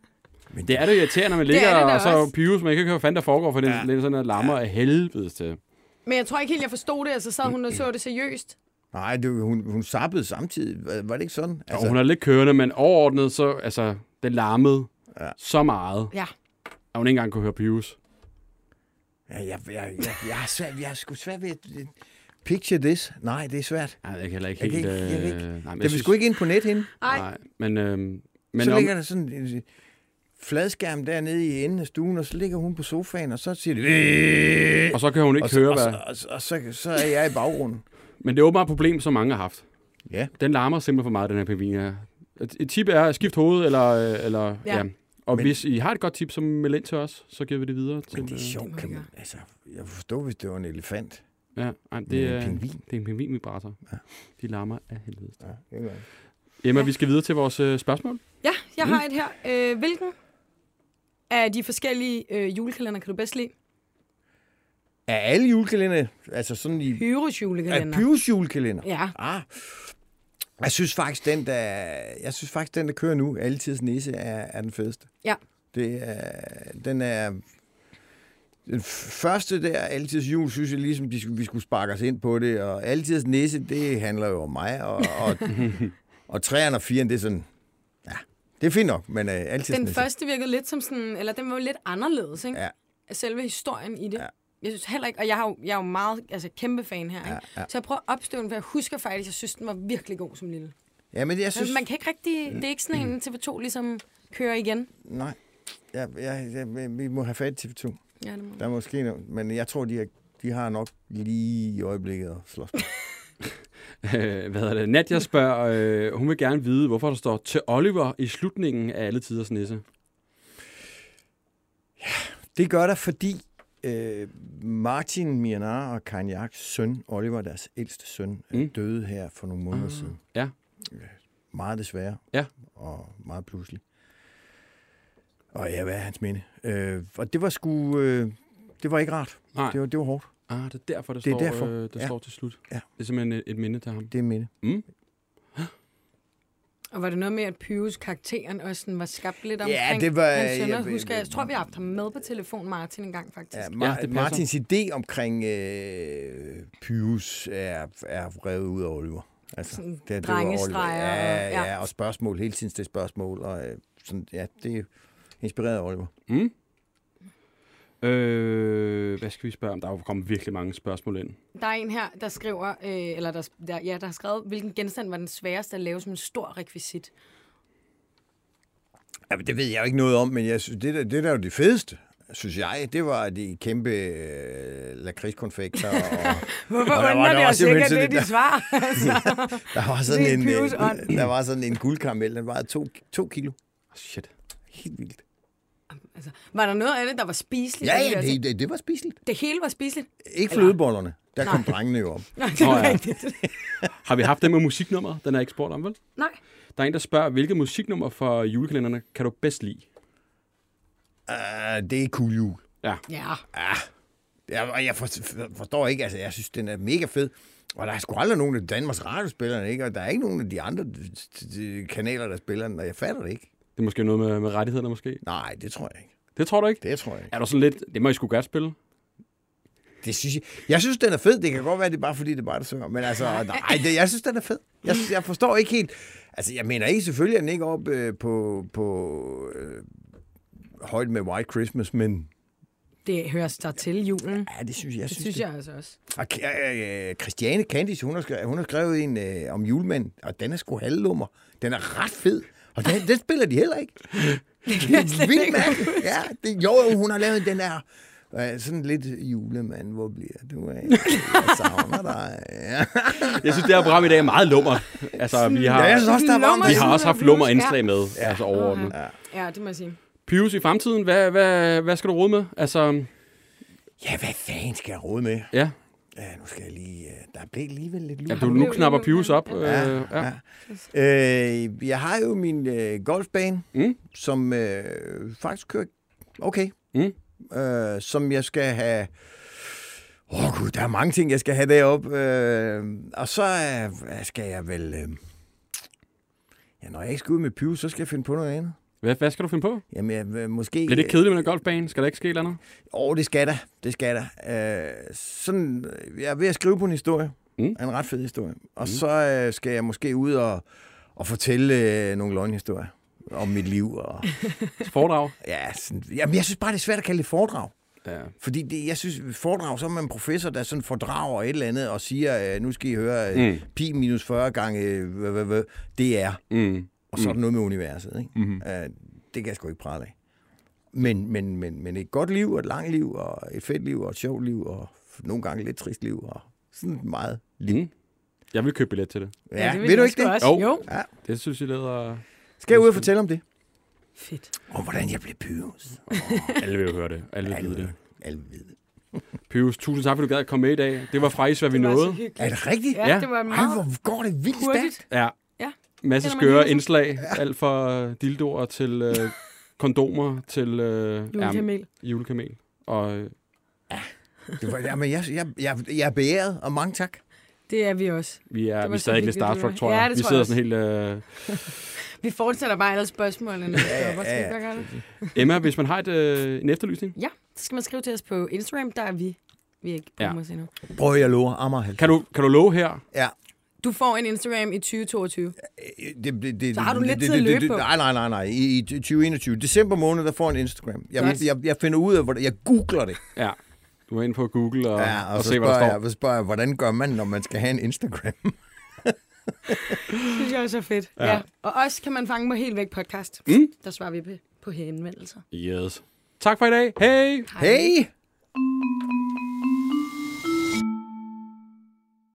[SPEAKER 2] Men det er det irriterende, når man ligger
[SPEAKER 1] er det da
[SPEAKER 2] og så
[SPEAKER 1] også.
[SPEAKER 2] pives, man ikke kan høre, hvad fanden der foregår, for det er lidt sådan, at larmer af helvede til.
[SPEAKER 1] Men jeg tror ikke helt, jeg forstod det, altså sad
[SPEAKER 2] [clears throat]
[SPEAKER 1] hun og så det seriøst.
[SPEAKER 3] Nej, det, hun, hun zappede samtidig. Var, var det ikke sådan? Altså,
[SPEAKER 2] Og hun er lidt kørende, men overordnet, så altså, det larmede ja. så meget,
[SPEAKER 1] Ja.
[SPEAKER 2] at hun ikke engang kunne høre pives.
[SPEAKER 3] ja, jeg, jeg, jeg, jeg, har svært, jeg har sgu svært ved at... Picture this. Nej, det er svært.
[SPEAKER 2] Nej, jeg kan heller ikke
[SPEAKER 3] Jeg kan
[SPEAKER 2] helt...
[SPEAKER 3] ikke, jeg kan ikke.
[SPEAKER 2] øh, nej, men
[SPEAKER 3] Jeg vil sgu ikke ind på net hende.
[SPEAKER 2] Nej, men... Øh, men
[SPEAKER 3] Men så
[SPEAKER 2] om,
[SPEAKER 3] ligger der sådan en fladskærm dernede i enden af stuen, og så ligger hun på sofaen, og så siger det... "Øh!"
[SPEAKER 2] og så kan hun ikke
[SPEAKER 3] Og så,
[SPEAKER 2] høre,
[SPEAKER 3] og,
[SPEAKER 2] hvad...
[SPEAKER 3] så, og, så, og så, så er jeg i
[SPEAKER 2] [laughs]
[SPEAKER 3] baggrunden.
[SPEAKER 2] Men det er åbenbart et problem, som mange har haft.
[SPEAKER 3] Ja.
[SPEAKER 2] Den larmer simpelthen for meget, den her pingvin her. Et, et tip er, skift hoved, eller... øh, eller ja.
[SPEAKER 1] Ja.
[SPEAKER 2] ja. Og
[SPEAKER 3] Men-
[SPEAKER 2] hvis I har et godt tip, så meld ind til os, så giver vi det videre. Til,
[SPEAKER 3] Men det er
[SPEAKER 2] øh,
[SPEAKER 3] sjovt, kan man... Altså, jeg forstår, hvis det var en elefant.
[SPEAKER 2] Ja, ej, det,
[SPEAKER 3] Men en
[SPEAKER 2] er,
[SPEAKER 3] pingvin?
[SPEAKER 2] det er en pingvinvibrator. Ja. De larmer af helvede. Ja.
[SPEAKER 3] Ja, det er godt.
[SPEAKER 2] Emma, vi skal videre til vores øh, spørgsmål.
[SPEAKER 1] Ja, jeg har et
[SPEAKER 3] Mm.
[SPEAKER 1] her. Øh, hvilken af de forskellige øh, julekalender kan du bedst lide?
[SPEAKER 3] er alle julekalender, altså sådan i...
[SPEAKER 1] Pyrus
[SPEAKER 3] Er
[SPEAKER 1] julekalender.
[SPEAKER 3] Pyrus julekalender?
[SPEAKER 1] Ja,
[SPEAKER 3] Ah. Jeg synes faktisk, den der, jeg synes faktisk, den, der kører nu, Altidens Nisse, er, er den fedeste.
[SPEAKER 1] ja.
[SPEAKER 3] Det er, den er... Den f- første der, Altidens Jul, synes jeg ligesom, de, skulle- vi skulle sparke os ind på det. Og Altidens Nisse, det handler jo om mig. Og, og, og træerne og firen, det er sådan... Ja, det er fint nok, men uh, Altidens
[SPEAKER 1] Den
[SPEAKER 3] Nisse.
[SPEAKER 1] første virkede lidt som sådan, eller den var jo lidt anderledes, ikke?
[SPEAKER 3] Ja.
[SPEAKER 1] Selve historien i det.
[SPEAKER 3] Ja.
[SPEAKER 1] Jeg synes heller ikke, og jeg, har jo, jeg er jo meget, altså kæmpe fan her, ikke?
[SPEAKER 3] Ja, ja.
[SPEAKER 1] Så jeg prøver at opstøve den, for jeg husker faktisk, jeg synes, den var virkelig god som lille.
[SPEAKER 3] Ja, men
[SPEAKER 1] Synes...
[SPEAKER 3] jeg synes...
[SPEAKER 1] Øh,
[SPEAKER 3] Mm.
[SPEAKER 1] Man kan ikke rigtig, det er ikke sådan en TV2 ligesom kører igen.
[SPEAKER 3] Nej, jeg, jeg, jeg, vi må have fat i TV2.
[SPEAKER 1] Ja, det må.
[SPEAKER 3] Der er måske noget, men jeg tror, de har, de har nok lige i øjeblikket at slås med.
[SPEAKER 2] Øh, [laughs] hvad hedder det? Nadia spørger, øh, hun vil gerne vide, hvorfor der står til Oliver i slutningen af alle tiders nisse.
[SPEAKER 3] Det gør der, fordi øh, Martin Mianar og Kanjaks søn, Oliver, deres ældste søn, mm.
[SPEAKER 2] Mm.
[SPEAKER 3] døde her for nogle måneder siden.
[SPEAKER 2] Ja.
[SPEAKER 3] Meget desværre.
[SPEAKER 2] Ja.
[SPEAKER 3] Og meget pludselig. Og ja, hvad er hans minde? Øh, og det var sgu... Øh, det var ikke rart.
[SPEAKER 2] Nej.
[SPEAKER 3] Det var, det var hårdt.
[SPEAKER 2] Ah, det er derfor, det,
[SPEAKER 3] Det er
[SPEAKER 2] står,
[SPEAKER 3] derfor.
[SPEAKER 2] Øh, det
[SPEAKER 3] Ja.
[SPEAKER 2] ja. Mm. står til slut.
[SPEAKER 3] Ja.
[SPEAKER 2] Det er simpelthen et, et minde til ham.
[SPEAKER 3] Det er minde.
[SPEAKER 1] Og var det noget med, at Pyrus karakteren også sådan var skabt lidt omkring
[SPEAKER 3] det var-
[SPEAKER 1] hans sønner?
[SPEAKER 3] jeg-
[SPEAKER 1] Jeg, husker, jeg, jeg tror, vi har haft ham med på telefon, Martin, en gang faktisk.
[SPEAKER 3] Ja,
[SPEAKER 1] Ja.
[SPEAKER 3] Mar- ja,
[SPEAKER 2] det passer.
[SPEAKER 3] Martins idé omkring øh, Pyrus er, er revet ud af Oliver. Altså,
[SPEAKER 1] Sådan
[SPEAKER 3] det, det var
[SPEAKER 1] drengestreger
[SPEAKER 3] Oliver. Ja,
[SPEAKER 1] og-
[SPEAKER 3] ja.
[SPEAKER 1] ja.
[SPEAKER 3] ja, og spørgsmål, hele tiden det spørgsmål. Og, øh, sådan, ja, det er inspireret af Oliver.
[SPEAKER 2] Mm? Øh, hvad skal vi spørge om? Der er jo kommet virkelig mange spørgsmål ind.
[SPEAKER 1] Der er en her, der skriver, øh, eller der, der, ja, der har skrevet, hvilken genstand var den sværeste at lave som en stor rekvisit?
[SPEAKER 3] Ja, men det ved jeg jo ikke noget om, men jeg synes, det, der, det der er jo det fedeste, synes jeg, det var de kæmpe øh, lakridskonfekter. Og,
[SPEAKER 1] [laughs] Hvorfor
[SPEAKER 3] Og der var-
[SPEAKER 1] undrer
[SPEAKER 3] der
[SPEAKER 1] vi
[SPEAKER 3] var
[SPEAKER 1] os altså ikke, at
[SPEAKER 3] simpelthen
[SPEAKER 1] det
[SPEAKER 3] sådan
[SPEAKER 1] er
[SPEAKER 3] et-
[SPEAKER 1] dit svar?
[SPEAKER 3] der, var sådan
[SPEAKER 1] Det er
[SPEAKER 3] en, øh,
[SPEAKER 1] Pyrus ånd.
[SPEAKER 3] der var sådan en guldkaramel, den vejede to, to kilo.
[SPEAKER 2] Shit.
[SPEAKER 3] Helt vildt.
[SPEAKER 1] altså, [laughs] var der noget af det, der var spiseligt?
[SPEAKER 3] Ja,
[SPEAKER 1] Altså,
[SPEAKER 3] ja,
[SPEAKER 1] altså,
[SPEAKER 3] det, det, det var spiseligt.
[SPEAKER 1] det hele var spiseligt? [laughs]
[SPEAKER 3] Ikke flødebollerne. Der kom drengene jo op.
[SPEAKER 1] Nej, det [laughs]
[SPEAKER 2] Nå,
[SPEAKER 1] var
[SPEAKER 2] ja.
[SPEAKER 1] rigtigt.
[SPEAKER 2] Har vi haft det med musiknummer? Den er ikke spurgt om, vel?
[SPEAKER 1] Nej.
[SPEAKER 2] Der er en, der spørger, hvilket musiknummer for julekalenderne kan du bedst lide?
[SPEAKER 3] Uh, det er cool jul.
[SPEAKER 1] Ja.
[SPEAKER 3] Jeg, og jeg for, for- forstår ikke, altså jeg synes, den er mega fed. Og der er sgu aldrig nogen af Danmarks radiospillerne, ikke? Og der er ikke nogen af de andre t- t- kanaler, der spiller den, og jeg fatter det ikke.
[SPEAKER 2] Det er måske noget med, med rettighederne, måske.
[SPEAKER 3] Nej, det tror jeg ikke.
[SPEAKER 2] Det tror du ikke?
[SPEAKER 3] Det tror jeg ikke.
[SPEAKER 2] Er du sådan lidt, det må I sgu godt spille?
[SPEAKER 3] Det synes jeg, jeg synes, den er fed. Det kan godt være, det er bare fordi, det er bare, der synger. Men altså, nej, det, jeg synes, den er fed. Jeg, synes, jeg forstår ikke helt... Altså, jeg mener ikke, selvfølgelig er den ikke op øh, på, på øh, højde med White Christmas, men
[SPEAKER 1] Det hører sig til julen.
[SPEAKER 3] ja, det synes jeg. jeg
[SPEAKER 1] Det synes jeg altså også.
[SPEAKER 3] Og Ah, K- øh, Christiane Candice, hun har skrevet, hun har skrevet en øh, om julemanden, og den er sgu halvlummer. Den er ret fed, og den, den spiller de heller ikke. Det er vildt, mand. Ja, det, jo, jo, hun har lavet den der øh, sådan lidt julemand, hvor bliver du af? Jeg savner dig. Ja.
[SPEAKER 2] Jeg synes, det her program i dag er meget lummer. Altså, vi har,
[SPEAKER 3] Ja, jeg synes også, der var
[SPEAKER 1] Lummer.
[SPEAKER 2] vi
[SPEAKER 3] meget.
[SPEAKER 2] har også haft
[SPEAKER 1] Blues,
[SPEAKER 2] lummer
[SPEAKER 1] ja.
[SPEAKER 2] indslag med, ja. altså overordnet. Ja.
[SPEAKER 1] Ja, det må jeg sige.
[SPEAKER 2] Pyrus i fremtiden, hvad, hvad, hvad skal du rode med? Altså,
[SPEAKER 3] Ja, hvad fanden skal jeg rode med?
[SPEAKER 2] ja,
[SPEAKER 3] Ja, nu skal jeg lige... øh, Der blev alligevel lidt lun.
[SPEAKER 2] ja du, nu
[SPEAKER 1] blev
[SPEAKER 2] knapper
[SPEAKER 1] lige
[SPEAKER 2] Pyrus op.
[SPEAKER 1] Ja.
[SPEAKER 2] Øh, ja.
[SPEAKER 3] Øh, jeg har jo min øh, golfbane,
[SPEAKER 2] Mm.
[SPEAKER 3] som øh, faktisk kører okay.
[SPEAKER 2] Mm.
[SPEAKER 3] Øh, som jeg skal have... Åh oh, gud, der er mange ting, jeg skal have deroppe. Øh, og så øh, hvad skal jeg vel... Øh... Ja, når jeg ikke skal ud med piv, så skal jeg finde på noget andet.
[SPEAKER 2] Hvad, hvad skal du finde på?
[SPEAKER 3] Jamen, jeg, øh, måske...
[SPEAKER 2] Bliver det kedeligt med en golfbane? Skal der ikke ske et eller andet?
[SPEAKER 3] Åh, det skal der. Det skal der. Øh, sådan, øh, jeg er ved at skrive på en historie. Mm.
[SPEAKER 2] Mm.
[SPEAKER 3] En ret fed historie. Og mm. så øh, skal jeg måske ud og, og fortælle øh, nogle løgnhistorier om mit liv. Og,
[SPEAKER 2] Foredrag?
[SPEAKER 3] ja, sådan, jamen, jeg synes bare, det er svært at kalde det foredrag.
[SPEAKER 2] Ja.
[SPEAKER 3] Fordi det, jeg synes, foredrag, så er man en professor, der sådan fordrager et eller andet og siger, øh, nu skal I høre øh,
[SPEAKER 2] Mm.
[SPEAKER 3] pi minus 40 gange øh, hvad, hvad, hvad, det er.
[SPEAKER 2] Mm.
[SPEAKER 3] Og så er der noget med universet. Ikke? Mm-hmm. Øh, det kan jeg sgu ikke prale af. Men, men, men, men et godt liv, og et langt liv, og et fedt liv, og et sjovt liv, og nogle gange et lidt trist liv, og sådan meget liv.
[SPEAKER 2] Mm. Jeg vil købe billet til det.
[SPEAKER 3] Ja, ja
[SPEAKER 1] det vil
[SPEAKER 3] ved du
[SPEAKER 1] jeg
[SPEAKER 3] ikke
[SPEAKER 1] sgu
[SPEAKER 3] det?
[SPEAKER 1] Også.
[SPEAKER 2] Jo.
[SPEAKER 1] Jo. jo.
[SPEAKER 3] Ja.
[SPEAKER 2] Det synes jeg
[SPEAKER 3] [laughs]
[SPEAKER 2] leder...
[SPEAKER 3] Skal jeg ud og fortælle om det?
[SPEAKER 1] Fedt.
[SPEAKER 3] Om hvordan jeg blev pyros.
[SPEAKER 2] Alle vil jo høre det. Alle vil vide det.
[SPEAKER 3] Alle ved det.
[SPEAKER 2] Pius, tusind tak, fordi du gad at komme med i dag. Det var faktisk, hvad vi
[SPEAKER 1] Det var så
[SPEAKER 2] nåede.
[SPEAKER 1] hyggeligt.
[SPEAKER 3] Er det rigtigt?
[SPEAKER 1] Ja,
[SPEAKER 2] Ja.
[SPEAKER 1] det var en
[SPEAKER 3] Ej,
[SPEAKER 1] meget
[SPEAKER 3] hvor går det vildt
[SPEAKER 1] hurtigt.
[SPEAKER 3] stærkt.
[SPEAKER 2] Ja.
[SPEAKER 1] Ja.
[SPEAKER 2] Masse
[SPEAKER 1] Kender man
[SPEAKER 2] skøre
[SPEAKER 1] hele tiden.
[SPEAKER 2] indslag. Alt fra øh, dildoer til øh,
[SPEAKER 1] [laughs]
[SPEAKER 2] kondomer til øh,
[SPEAKER 1] Julekamel.
[SPEAKER 2] Ja, julekamel. Og øh,
[SPEAKER 3] Det var, jamen, jeg, jeg, jeg, jeg er beæret, og mange tak.
[SPEAKER 1] Det er vi også.
[SPEAKER 2] vi er,
[SPEAKER 1] Det
[SPEAKER 2] vi
[SPEAKER 1] var
[SPEAKER 2] er
[SPEAKER 1] så
[SPEAKER 2] stadig lidt
[SPEAKER 1] hyggeligt, det
[SPEAKER 2] starstruck,
[SPEAKER 1] var.
[SPEAKER 2] tror
[SPEAKER 1] Ja,
[SPEAKER 2] jeg.
[SPEAKER 1] det
[SPEAKER 2] vi
[SPEAKER 1] tror
[SPEAKER 2] sidder
[SPEAKER 1] jeg
[SPEAKER 2] sådan helt... Øh,
[SPEAKER 1] Vi fortsætter bare alle spørgsmålene. når vi stopper. Skal vi
[SPEAKER 3] ja, ja.
[SPEAKER 1] ikke bare gøre det?
[SPEAKER 2] Emma, hvis man har et, øh, en efterlysning,
[SPEAKER 1] Ja, så skal man skrive til os på Instagram. Der er vi. Vi er ikke på
[SPEAKER 2] Ja.
[SPEAKER 1] ja. endnu.
[SPEAKER 3] Prøv jeg lover, Amager.
[SPEAKER 2] kan du, kan du love her?
[SPEAKER 3] Ja,
[SPEAKER 1] Du får en Instagram i 2022.
[SPEAKER 3] øh, det, det, det,
[SPEAKER 1] Så har du
[SPEAKER 3] det-
[SPEAKER 1] lidt
[SPEAKER 3] det-
[SPEAKER 1] tid at
[SPEAKER 3] det-
[SPEAKER 1] løbe
[SPEAKER 3] det-
[SPEAKER 1] på.
[SPEAKER 3] Nej, nej, nej, nej. I, i 2021. December måned, der får en Instagram. Jeg,
[SPEAKER 1] Godt.
[SPEAKER 3] jeg, jeg finder ud af, hvor jeg googler det.
[SPEAKER 2] Ja. Du er inde på Google og,
[SPEAKER 3] Ja, og,
[SPEAKER 2] og
[SPEAKER 3] så,
[SPEAKER 2] se, hvad der
[SPEAKER 3] spørger
[SPEAKER 2] står.
[SPEAKER 3] jeg, så spørger jeg, hvordan gør man, når man skal have en Instagram?
[SPEAKER 1] Det synes jeg også er fedt. Ja. ja. Og også kan man fange mig helt væk podcast. Mm. Der svarer vi på, på henvendelser.
[SPEAKER 2] Yes. Tak for i dag. Hej!
[SPEAKER 3] Hey!